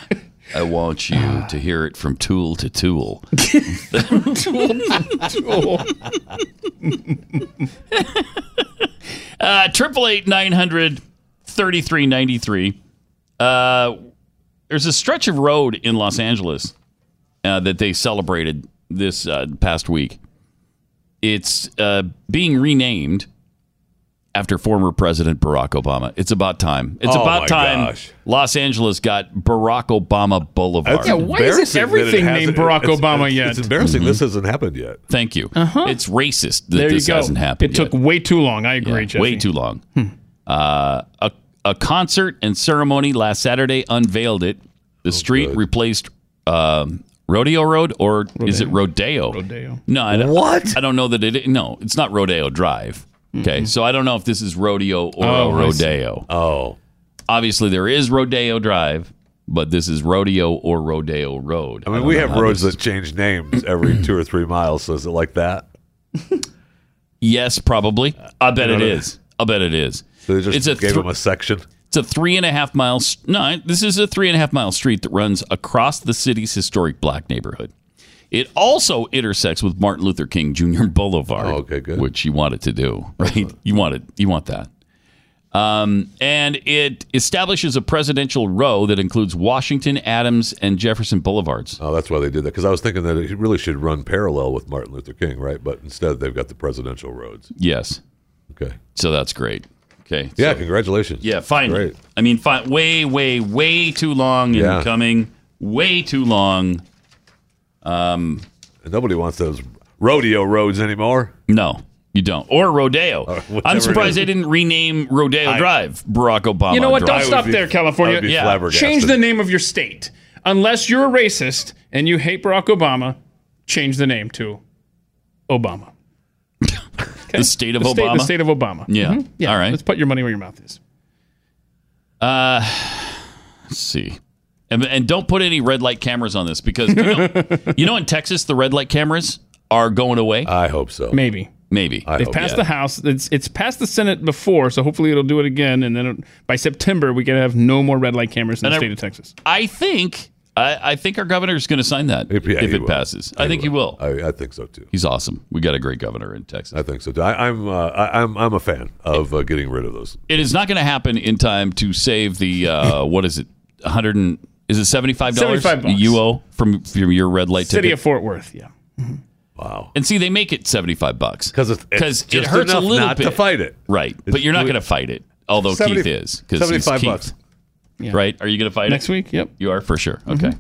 I want you to hear it from tool to *laughs* tool. Uh, Triple eight nine hundred thirty three ninety three. There's a stretch of road in Los Angeles uh, that they celebrated this uh, past week. It's uh, being renamed after former President Barack Obama. It's about time. It's
Oh, my
about time
gosh.
Los Angeles got Barack Obama Boulevard.
Yeah, why isn't
embarrassing that it
everything named
hasn't-
Barack
it's-
Obama
it's-
yet? Uh-huh.
It's embarrassing. This hasn't happened yet.
Mm-hmm. Thank you. It's racist that
there you
this
go.
hasn't happened.
It took way too long. I
yet.
agree,
Yeah,
Jesse.
way too long. Hmm. Uh, a, a concert and ceremony last Saturday unveiled it.
Oh,
The street replaced um, Rodeo Road, or is it Rodeo?
Rodeo.
No, I don't,
what? Mm-hmm.
I don't know that it. No, it's not Rodeo Drive. Okay, so I don't know if this is Rodeo or
Oh, I see.
Rodeo. Oh, obviously there is Rodeo Drive, but this is Rodeo or Rodeo Road.
I mean,
don't
we
know
have
how
roads
this-
that change names every two or three miles. So is it like that?
Yes, probably. I bet
You
it
know,
is. I bet it is.
So they just
It's a
gave
thr-
them a section.
It's a three and a half mile. s- No, this is a three and a half mile street that runs across the city's historic black neighborhood. It also intersects with Martin Luther King Jr. *laughs* Boulevard.
Oh,
okay, good. Which you want it to do,
Uh-huh.
right? You want it. You want that. Um, and it establishes a presidential row that includes Washington, Adams, and Jefferson Boulevards.
Oh, that's why they did that. Because I was thinking that it really should run parallel with Martin Luther King, right? But instead, they've got the presidential roads.
Yes.
Okay.
So that's great. Okay.
Yeah,
so-
congratulations.
Yeah, fine. I mean, fine. Uh, Way, way, way too long in
Yeah.
coming. Way too long. Um,
nobody wants those rodeo roads anymore.
No, you don't. Or rodeo.
whatever
I'm
it
surprised
is.
they didn't rename Rodeo
I-
Drive Barack Obama.
you know what?
Drive.
Don't stop there, California. Change the name of your state. Unless you're a racist and you hate Barack Obama, change the name to Obama.
The state of
the, State,
Obama.
the state of Obama.
Yeah.
Mhm. Yeah.
All right.
Let's put your money where your mouth is.
Uh, let's see. And, and don't put any red light cameras on this because
*laughs*
you know, you know in Texas the red light cameras are going away.
I hope so.
Maybe.
Maybe.
They've passed the House. It's it's passed the Senate before, so hopefully it'll do it again. And then it- by September, we can have no more red light cameras in
And
the
I-
state of Texas.
I think I, I think our governor is going to sign that if,
yeah, he
it
will.
passes. I think he will.
I, I think so too.
He's awesome. We got a great governor in Texas.
I think so. too. I, I'm uh, I, I'm I'm a fan of uh, getting rid of those.
It is not going to happen in time to save the
*laughs*
uh, what is it? 100 and is it 75 dollars
75 bucks.
you owe from from your red light
City
ticket?
of Fort Worth. Yeah.
Wow.
And see, they make it 75 bucks because
it's
it
just
hurts a
enough
little
not
bit
to fight it.
right? but you're not going to fight it, although
70
Keith is because
75
Keith,
bucks.
right? Are you going to fight
Next
it
week. Yep.
You are for sure. Okay,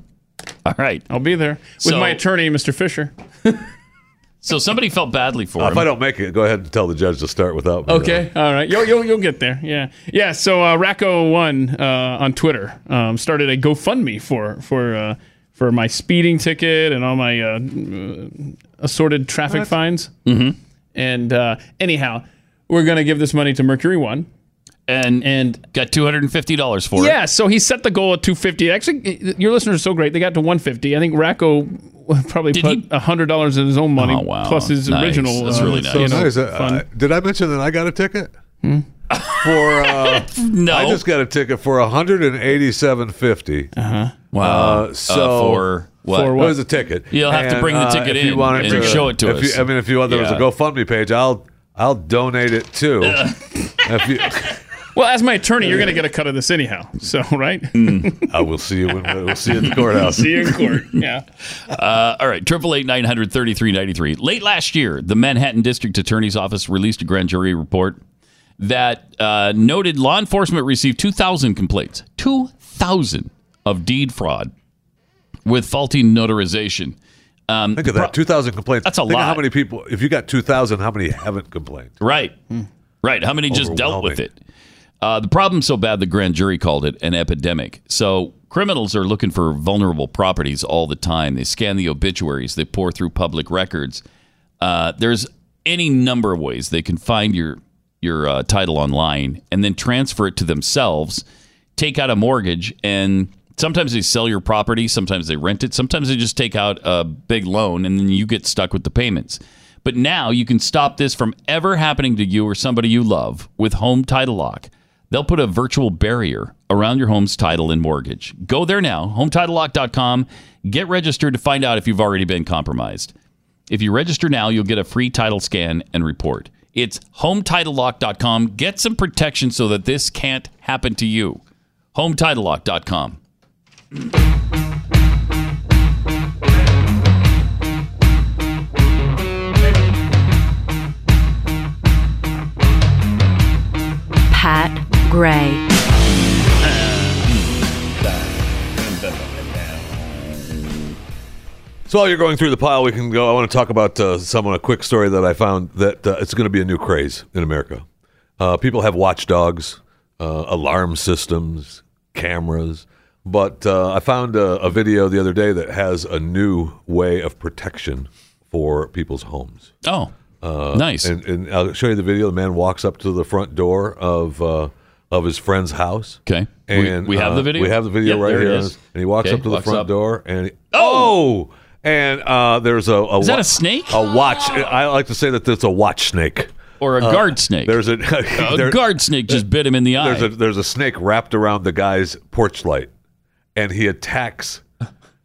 All right.
I'll be there with
So-
my attorney, Mr. Fisher.
so somebody felt badly for
Uh,
him.
if I don't make it, go ahead and tell the judge to start without me.
Okay, all right. You'll, you'll, you'll get there. Yeah. *laughs* Yeah. So uh, Racco1 uh, on Twitter um, started a GoFundMe for for uh, for my speeding ticket and all my uh, uh, assorted traffic fines.
Mhm.
And uh, anyhow, we're going to give this money to Mercury One.
and and got two hundred and fifty dollars for it.
yeah, so he set the goal at 250. Actually, your listeners are so great; they got to 150. I think Racco *laughs* probably put a hundred dollars of his own
Oh,
money plus his original. uh, so, you know, fund.
Uh, did I mention that I got a ticket?
Hmm?
For uh,
*laughs* no,
I just got a ticket for 187.50.
Uh-huh.
Wow.
Uh, so
Uh, for what? For
It
what?
was a ticket. uh,
You'll have to bring the ticket
if
in
you want
and show it to
if
us.
You, I mean, if you want, there
Yeah.
was a GoFundMe page. I'll I'll donate it
*laughs*
too. if you,
Well, as my attorney, you're going to get a cut of this anyhow. So, *laughs* right?
Mm.
I will see you. When, we'll see you at the courthouse.
See you in court. Yeah.
*laughs* Uh, all right, triple eight nine hundred thirty three ninety three. Late last year, the Manhattan District Attorney's Office released a grand jury report that uh, noted law enforcement received two thousand complaints, two thousand of deed fraud with faulty notarization. Um,
Think of that. Two thousand complaints.
That's a
Think of How
lot.
many people? If you got two thousand, how many haven't complained?
Right. Right. How many just dealt with it? Uh, the problem's so bad the grand jury called it an epidemic. So criminals are looking for vulnerable properties all the time. They scan the obituaries, they pour through public records. Uh, there's any number of ways they can find your your uh, title online and then transfer it to themselves, take out a mortgage, and sometimes they sell your property, sometimes they rent it, sometimes they just take out a big loan, and then you get stuck with the payments. But now you can stop this from ever happening to you or somebody you love with Home Title Lock. They'll put a virtual barrier around your home's title and mortgage. Go there now, hometitlelock.com. Get registered to find out if you've already been compromised. If you register now, you'll get a free title scan and report. It's hometitlelock.com. Get some protection so that this can't happen to you. Hometitlelock.com.
Pat Gray.
Hmm.
So while you're going through the pile, we can go. I want to talk about uh, someone a quick story that I found that uh, it's going to be a new craze in America. Uh, people have watchdogs, uh, alarm systems, cameras, but uh, I found a, a video the other day that has a new way of protection for people's homes.
Oh,
Uh,
Nice.
And, and I'll show you the video. The man walks up to the front door of uh, of his friend's house.
Okay. We-
And
we have
uh,
the video?
We have the video
Yep,
right
there it
here.
is.
And he walks
Okay,
up to the
walks
front
up.
door and he, oh, and uh, there's a, a
Is that
wa-
a snake?
A watch. I like to say that there's a watch snake
Or a
Uh,
guard snake.
There's a, *laughs*
A guard snake just bit him in the eye.
There's a there's a snake wrapped around the guy's porch light, and he attacks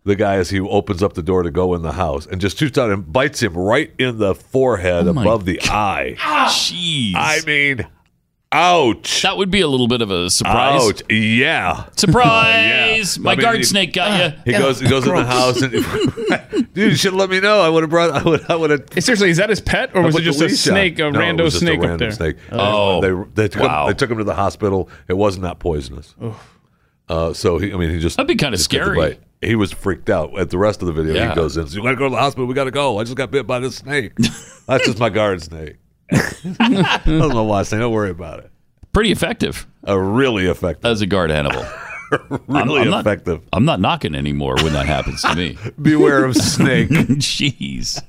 the guy as he opens up the door to go in the house, and just shoots out and bites him right in the forehead
Oh my
above the eye.
Jeez.
I mean, ouch.
That would be a little bit of a surprise.
Ouch! Yeah, *laughs* Oh,
Surprise!
Yeah.
My
I mean,
guard
he-
snake got you.
He goes. He goes in the house, and *laughs* dude, you should let me know. I would have brought. I would. I would have.
Seriously, is that his pet or was it just a snake, a
No, it
rando
was just
snake
a random
up there?
Snake.
Oh.
And they, they, took
Wow.
him, they took him to the hospital. It was not poisonous. Uh, so he, I mean, he just
That'd be kinda
just took the
scary.
bite. He was freaked out. At the rest of the video,
Yeah.
he goes in. You got to go to the hospital. We got to go. I just got bit by
*laughs*
this snake. That's just my guard snake. I don't know why I say. Don't worry about it.
Pretty effective.
Uh, really effective
as a guard animal.
*laughs* Really
not-
effective.
I'm not knocking anymore when that happens to me.
*laughs* Beware of snake.
*laughs* Jeez.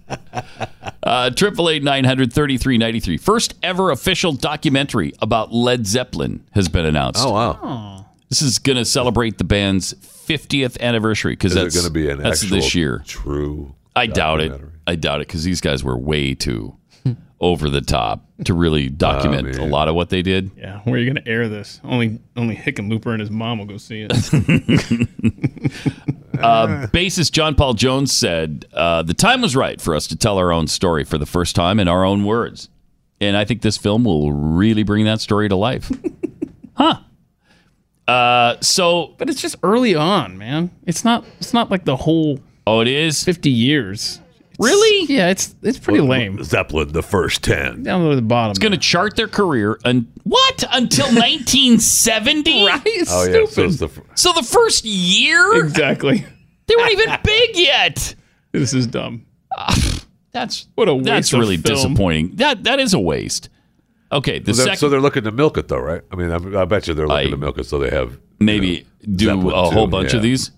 Uh, Triple eight nine hundred thirty three ninety three. First ever official documentary about Led Zeppelin has been announced.
Oh wow.
This is going to celebrate the band's 50th anniversary because
Is it
that's
gonna be an
that's
actual
this year.
True.
I doubt it. I doubt it because these guys were way too over the top to really document a lot of what they did.
Yeah, where are you going to air this? Only only Hickenlooper and his mom will go see it.
*laughs*
Uh, bassist John Paul Jones said, uh, The time was right for us to tell our own story for the first time in our own words. And I think this film will really bring that story to
*laughs*
life. huh. *laughs* Uh, so,
but it's just early on, man. It's not it's not like the whole
Oh, it is
50 years. really? Yeah, it's it's pretty lame.
Zeppelin, the first ten.
Down to the bottom. It's
going to chart their career. And what?
*laughs*
Until 1970? right?
Oh yeah. So it's the fir-
*laughs* So the first year?
Exactly.
They weren't even big yet.
*laughs* This is dumb.
That's
what a waste
That's
of
really
film.
disappointing. That That is a waste. Okay, the
so, they're,
second.
so they're looking to milk it, though, right? I mean, I, I bet you they're looking
I-
to milk it, so they have
maybe do
Zeppelin
a
too,
whole bunch
yeah.
of these.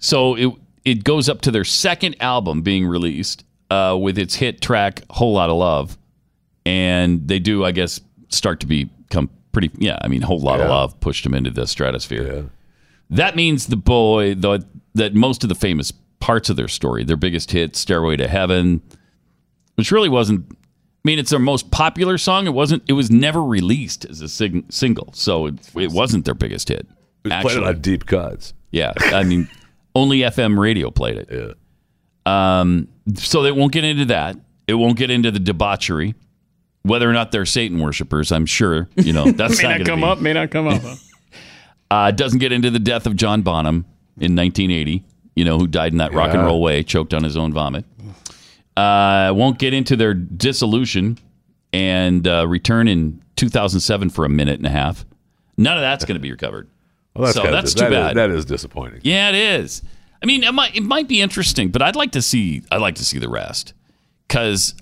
So it it goes up to their second album being released uh, with its hit track "Whole Lot of Love," and they do, I guess, start to be come pretty. Yeah, I mean, a whole lot of love pushed him into the stratosphere. That means the boy, the, that most of the famous parts of their story, their biggest hit, "Stairway to Heaven," which really wasn't. I mean, it's their most popular song. It wasn't. It was never released as a sing, single, so it, it wasn't their biggest hit.
It was played on deep cuts.
Yeah, I mean, *laughs* only FM radio played it. Yeah. Um, so they won't get into that. It won't get into the debauchery, whether or not they're Satan worshippers. I'm sure
*laughs*
you know that's
may not,
not, gonna
come
be.
up, may not come up.
*laughs* Uh, it doesn't get into the death of John Bonham in 1980. You know who died in that rock and
Yeah.
roll way, choked on his own vomit. Uh, won't get into their dissolution and uh, return in 2007 for a minute and a half. None of that's going to be recovered.
Well, that's
so
kinda
that's
dis-
too
that is-
bad.
that is disappointing.
Yeah, it is. I mean, it might it might be interesting, but I'd like to see I'd like to see the rest because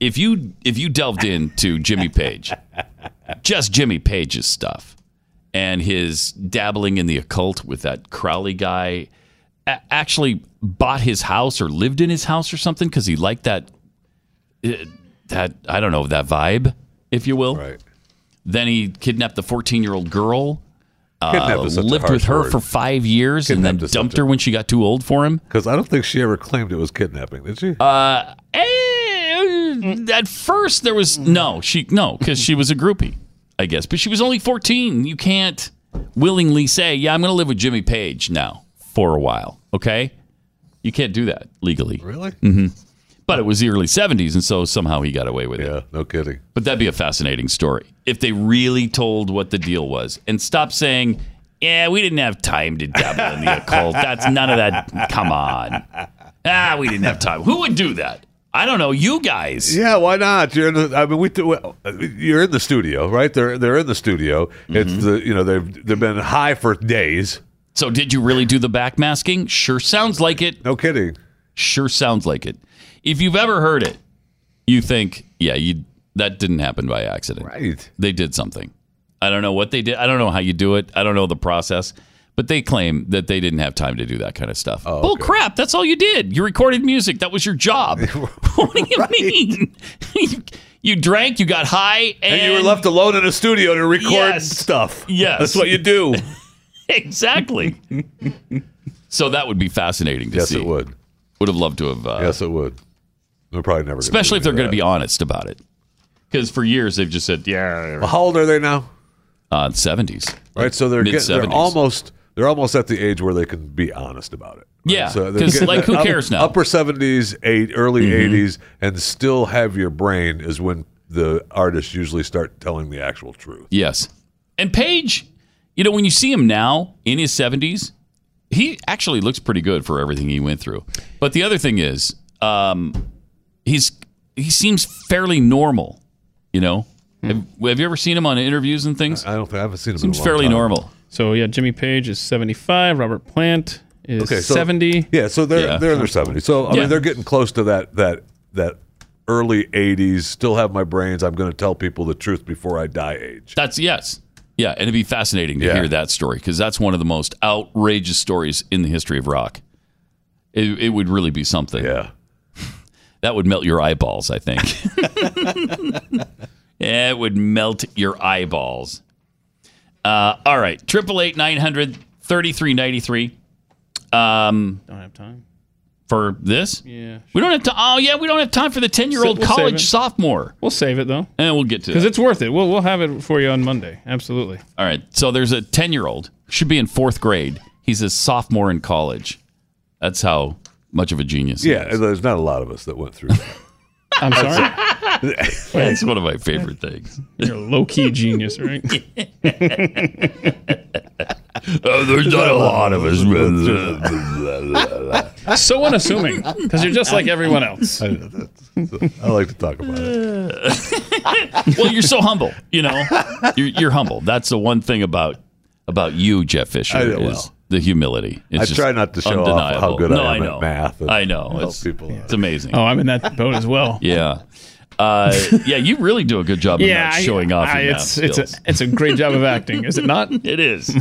if you if you delved into Jimmy Page, *laughs* just Jimmy Page's stuff and his dabbling in the occult with that Crowley guy, a- actually bought his house or lived in his house or something because he liked that eh, that I don't know that vibe, if you will. Right. Then he kidnapped the fourteen-year-old girl.
Kidnapped
Uh,
is such a
lived
harsh
with her
word.
for five years and then dumped her when she got too old for him.
Because I don't think she ever claimed it was kidnapping, did she?
Uh, eh, at first there was no she no because she was a groupie, I guess. But she was only fourteen. You can't willingly say, "Yeah, I'm going to live with Jimmy Page now for a while." Okay, you can't do that legally.
Really?
hmm But it was the early '70s, and so somehow he got away with it. Yeah,
no kidding.
But that'd be a fascinating story if they really told what the deal was and stop saying. Yeah, we didn't have time to dabble
*laughs*
in the occult. That's none of that. Come on. Ah, we didn't have time. Who would do that? I don't know. You guys.
Yeah, why not? You're in the, I mean, we do, well, you're in the studio, right? They're they're in the studio.
Mm-hmm.
It's the you know they've they've been high for days.
So did you really do the backmasking? Sure sounds like it.
No kidding.
Sure sounds like it. If you've ever heard it, you think, yeah, you that didn't happen by accident.
Right.
They did something. I don't know what they did. I don't know how you do it. I don't know the process. But they claim that they didn't have time to do that kind of stuff. Oh, Bull crap. That's all you did. You recorded music. That was your
*laughs*
job. *laughs* what do you mean? *laughs* you drank, you got high, and,
And you were left alone in a studio to record
Yes.
stuff.
Yes.
that's what you do.
*laughs*
exactly. so that would be fascinating to
Yes,
see.
it would.
Would have loved to have. Uh,
yes, it would. They're probably never. gonna
Especially
do
if they're
that.
going to be honest about it. Because for years they've just said, yeah.
Well, how old are they now?
Uh, 70s.
Right, so they're
Mid
getting, they're
70s.
almost they're almost at the age where they can be honest about it. right?
Yeah,
they're
'cause,
getting
like, who
up-
cares now?
Upper seventies, eight, early
Mhm.
80s and still have your brain is when the artists usually start telling the actual truth.
Yes. And Paige, you know, when you see him now in his 70s, he actually looks pretty good for everything he went through. But the other thing is, um, he's he seems fairly normal, you know?
Hmm.
Have, have you ever seen him on interviews and things?
I don't think I haven't seen him.
Seems fairly normal.
So yeah, Jimmy Page is 75. Robert Plant is
Okay, so-
70.
Yeah, so they're they're in their seventies. So I
Yeah.
mean they're getting close to that that that early eighties, still have my brains, I'm gonna tell people the truth before I die age.
That's yes. Yeah, and it'd be fascinating to
Yeah.
hear that story because that's one of the most outrageous stories in the history of rock. It, it would really be something.
Yeah.
*laughs* that would melt your eyeballs, I think. *laughs* Yeah, it would melt your eyeballs. Uh, all right, triple eight nine hundred thirty three ninety three. Um,
don't have time
for this.
Yeah,
we don't have to. Oh yeah, we don't have time for the ten year old
We'll save it.
college sophomore.
We'll save it though.
And we'll get to
because
that.
it's worth it. We'll we'll have it for you on Monday. Absolutely.
All right. So there's a 10 year old, should be in fourth grade. He's a sophomore in college. That's how much of a genius.
Yeah, and there's not a lot of us that went through that.
*laughs* I'm sorry.
*laughs*
That's one of my favorite things.
*laughs* You're a low key genius, right?
*laughs* oh,
there's not a lot
of
*laughs* us.
so unassuming because you're just like everyone else.
*laughs*
I, like to talk about
well, you're so humble, you know. You're, you're humble. That's the one thing about about you, Jeff Fisher,
I know, well.
is the humility.
I try not to show off how good I
no,
am
I
at
know.
math and
I know.
help
It's,
people
it's amazing.
Oh, I'm in that boat as well.
Yeah. Uh, yeah, you really do a good job of not
I-
showing off
I-
your
it's
math
it's a
skills.
it's a great job
*laughs*
of acting, is it not?
It is.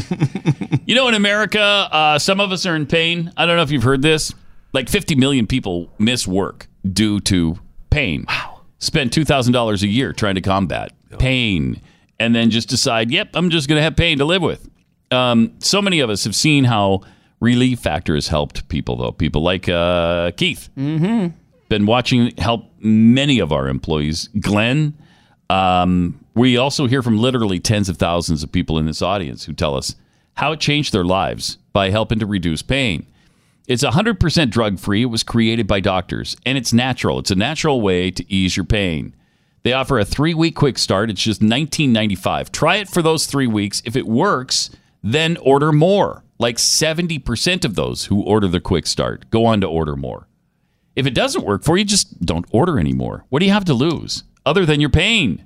you know, in America, uh, some of us are in pain. I don't know if you've heard this. Like 50 million people miss work due to pain. Wow. Spend $2,000 a year trying to combat pain and then just decide, yep, I'm just going to have pain to live with. Um, so many of us have seen how Relief Factor has helped people, though. People like uh, Keith. Mm-hmm. Been watching it help many of our employees. Glenn. Um, we also hear from literally tens of thousands of people in this audience who tell us how it changed their lives by helping to reduce pain. It's 100% drug free. It was created by doctors and it's natural. It's a natural way to ease your pain. They offer a three week quick start. It's just $19.95. Try it for those three weeks. If it works, then order more. Like 70% of those who order the quick start go on to order more. If it doesn't work for you, just don't order anymore. What do you have to lose other than your pain?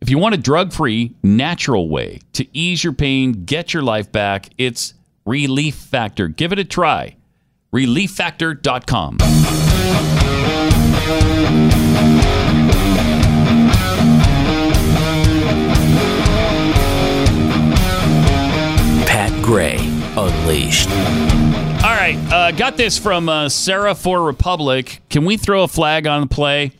If you want a drug free, natural way to ease your pain, get your life back, it's Relief Factor. Give it a try. ReliefFactor.com.
Pat Gray Unleashed.
All right, uh, got this from uh, Sarah for Republic. Can we throw a flag on the play?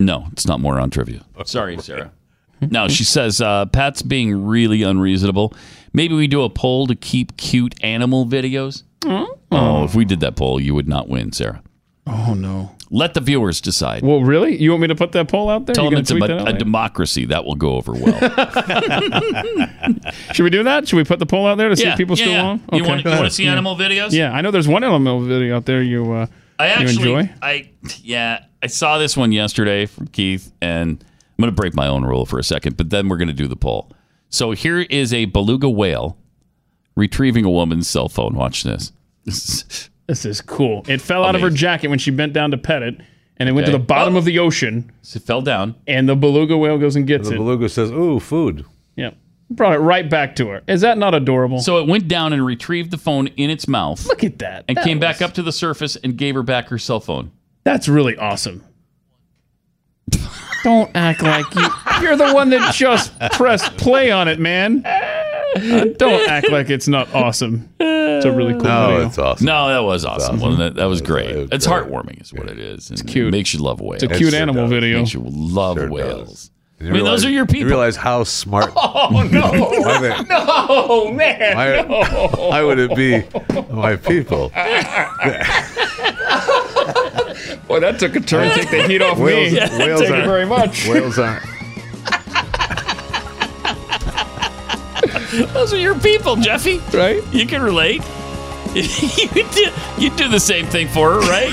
No, it's not moron trivia. Sorry, Sarah. No, she says uh, Pat's being really unreasonable. Maybe we do a poll to keep cute animal videos.
Hmm?
Oh, if we did that poll, you would not win, Sarah.
Oh no.
Let the viewers decide.
Well, really? You want me to put that poll out there?
Tell
You
them
gonna
it's a,
tweet that out
a
later?
democracy. That will go over well.
Should we do that? Should we put the poll out there to see
Yeah,
if people
yeah,
still
yeah.
on?
You wanna- you wanna see animal videos?
Yeah, I know there's one animal video out there you uh,
*laughs* I actually,
you enjoy.
I yeah, I saw this one yesterday from Keith, and I'm going to break my own rule for a second, but then we're going to do the poll. So here is a beluga whale retrieving a woman's cell phone. Watch this. *laughs*
This is cool. It fell out of her jacket when she bent down to pet it, and it went to
Okay. Oh.
the bottom of the ocean.
So it fell down,
and the beluga whale goes and gets
the
it.
beluga says, "Ooh, food."
Yep. Brought it right back to her. Is that not adorable?
So it went down and retrieved the phone in its mouth. Look
at that.
And
That
came back up to the surface and gave her back her cell phone.
That's really awesome. Don't act like you. *laughs* You're the one that just pressed play on it, man. Don't act like it's not awesome. It's a really cool video.
awesome.
No, that was awesome. Well, that, that was great. It's heartwarming, is what it is. It's
cute.
It makes you love whales.
It's a cute It sure animal does. video.
Makes you love
Sure
whales. I
You
mean,
realize-
those are your people.
You realize how smart?
*laughs* Oh no!
Why they-
no, man.
Why, why would it be
*laughs*
my people?
Boy, that took a turn. Take the heat off
Whales-
me.
Yeah, whales
Thank you
aren't-
very much.
Whales aren't.
Those are your people, Jeffy.
Right?
You
*laughs*
can relate. you do, you do the same thing for her, right?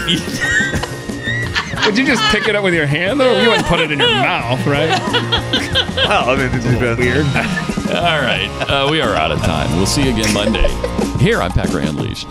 Would you just pick it up with your hand, though? You wouldn't put it in your
*laughs*
mouth, right?
well, I mean, it's weird.
All right, uh, we are out of time. We'll see you again Monday. Here on Packer Unleashed.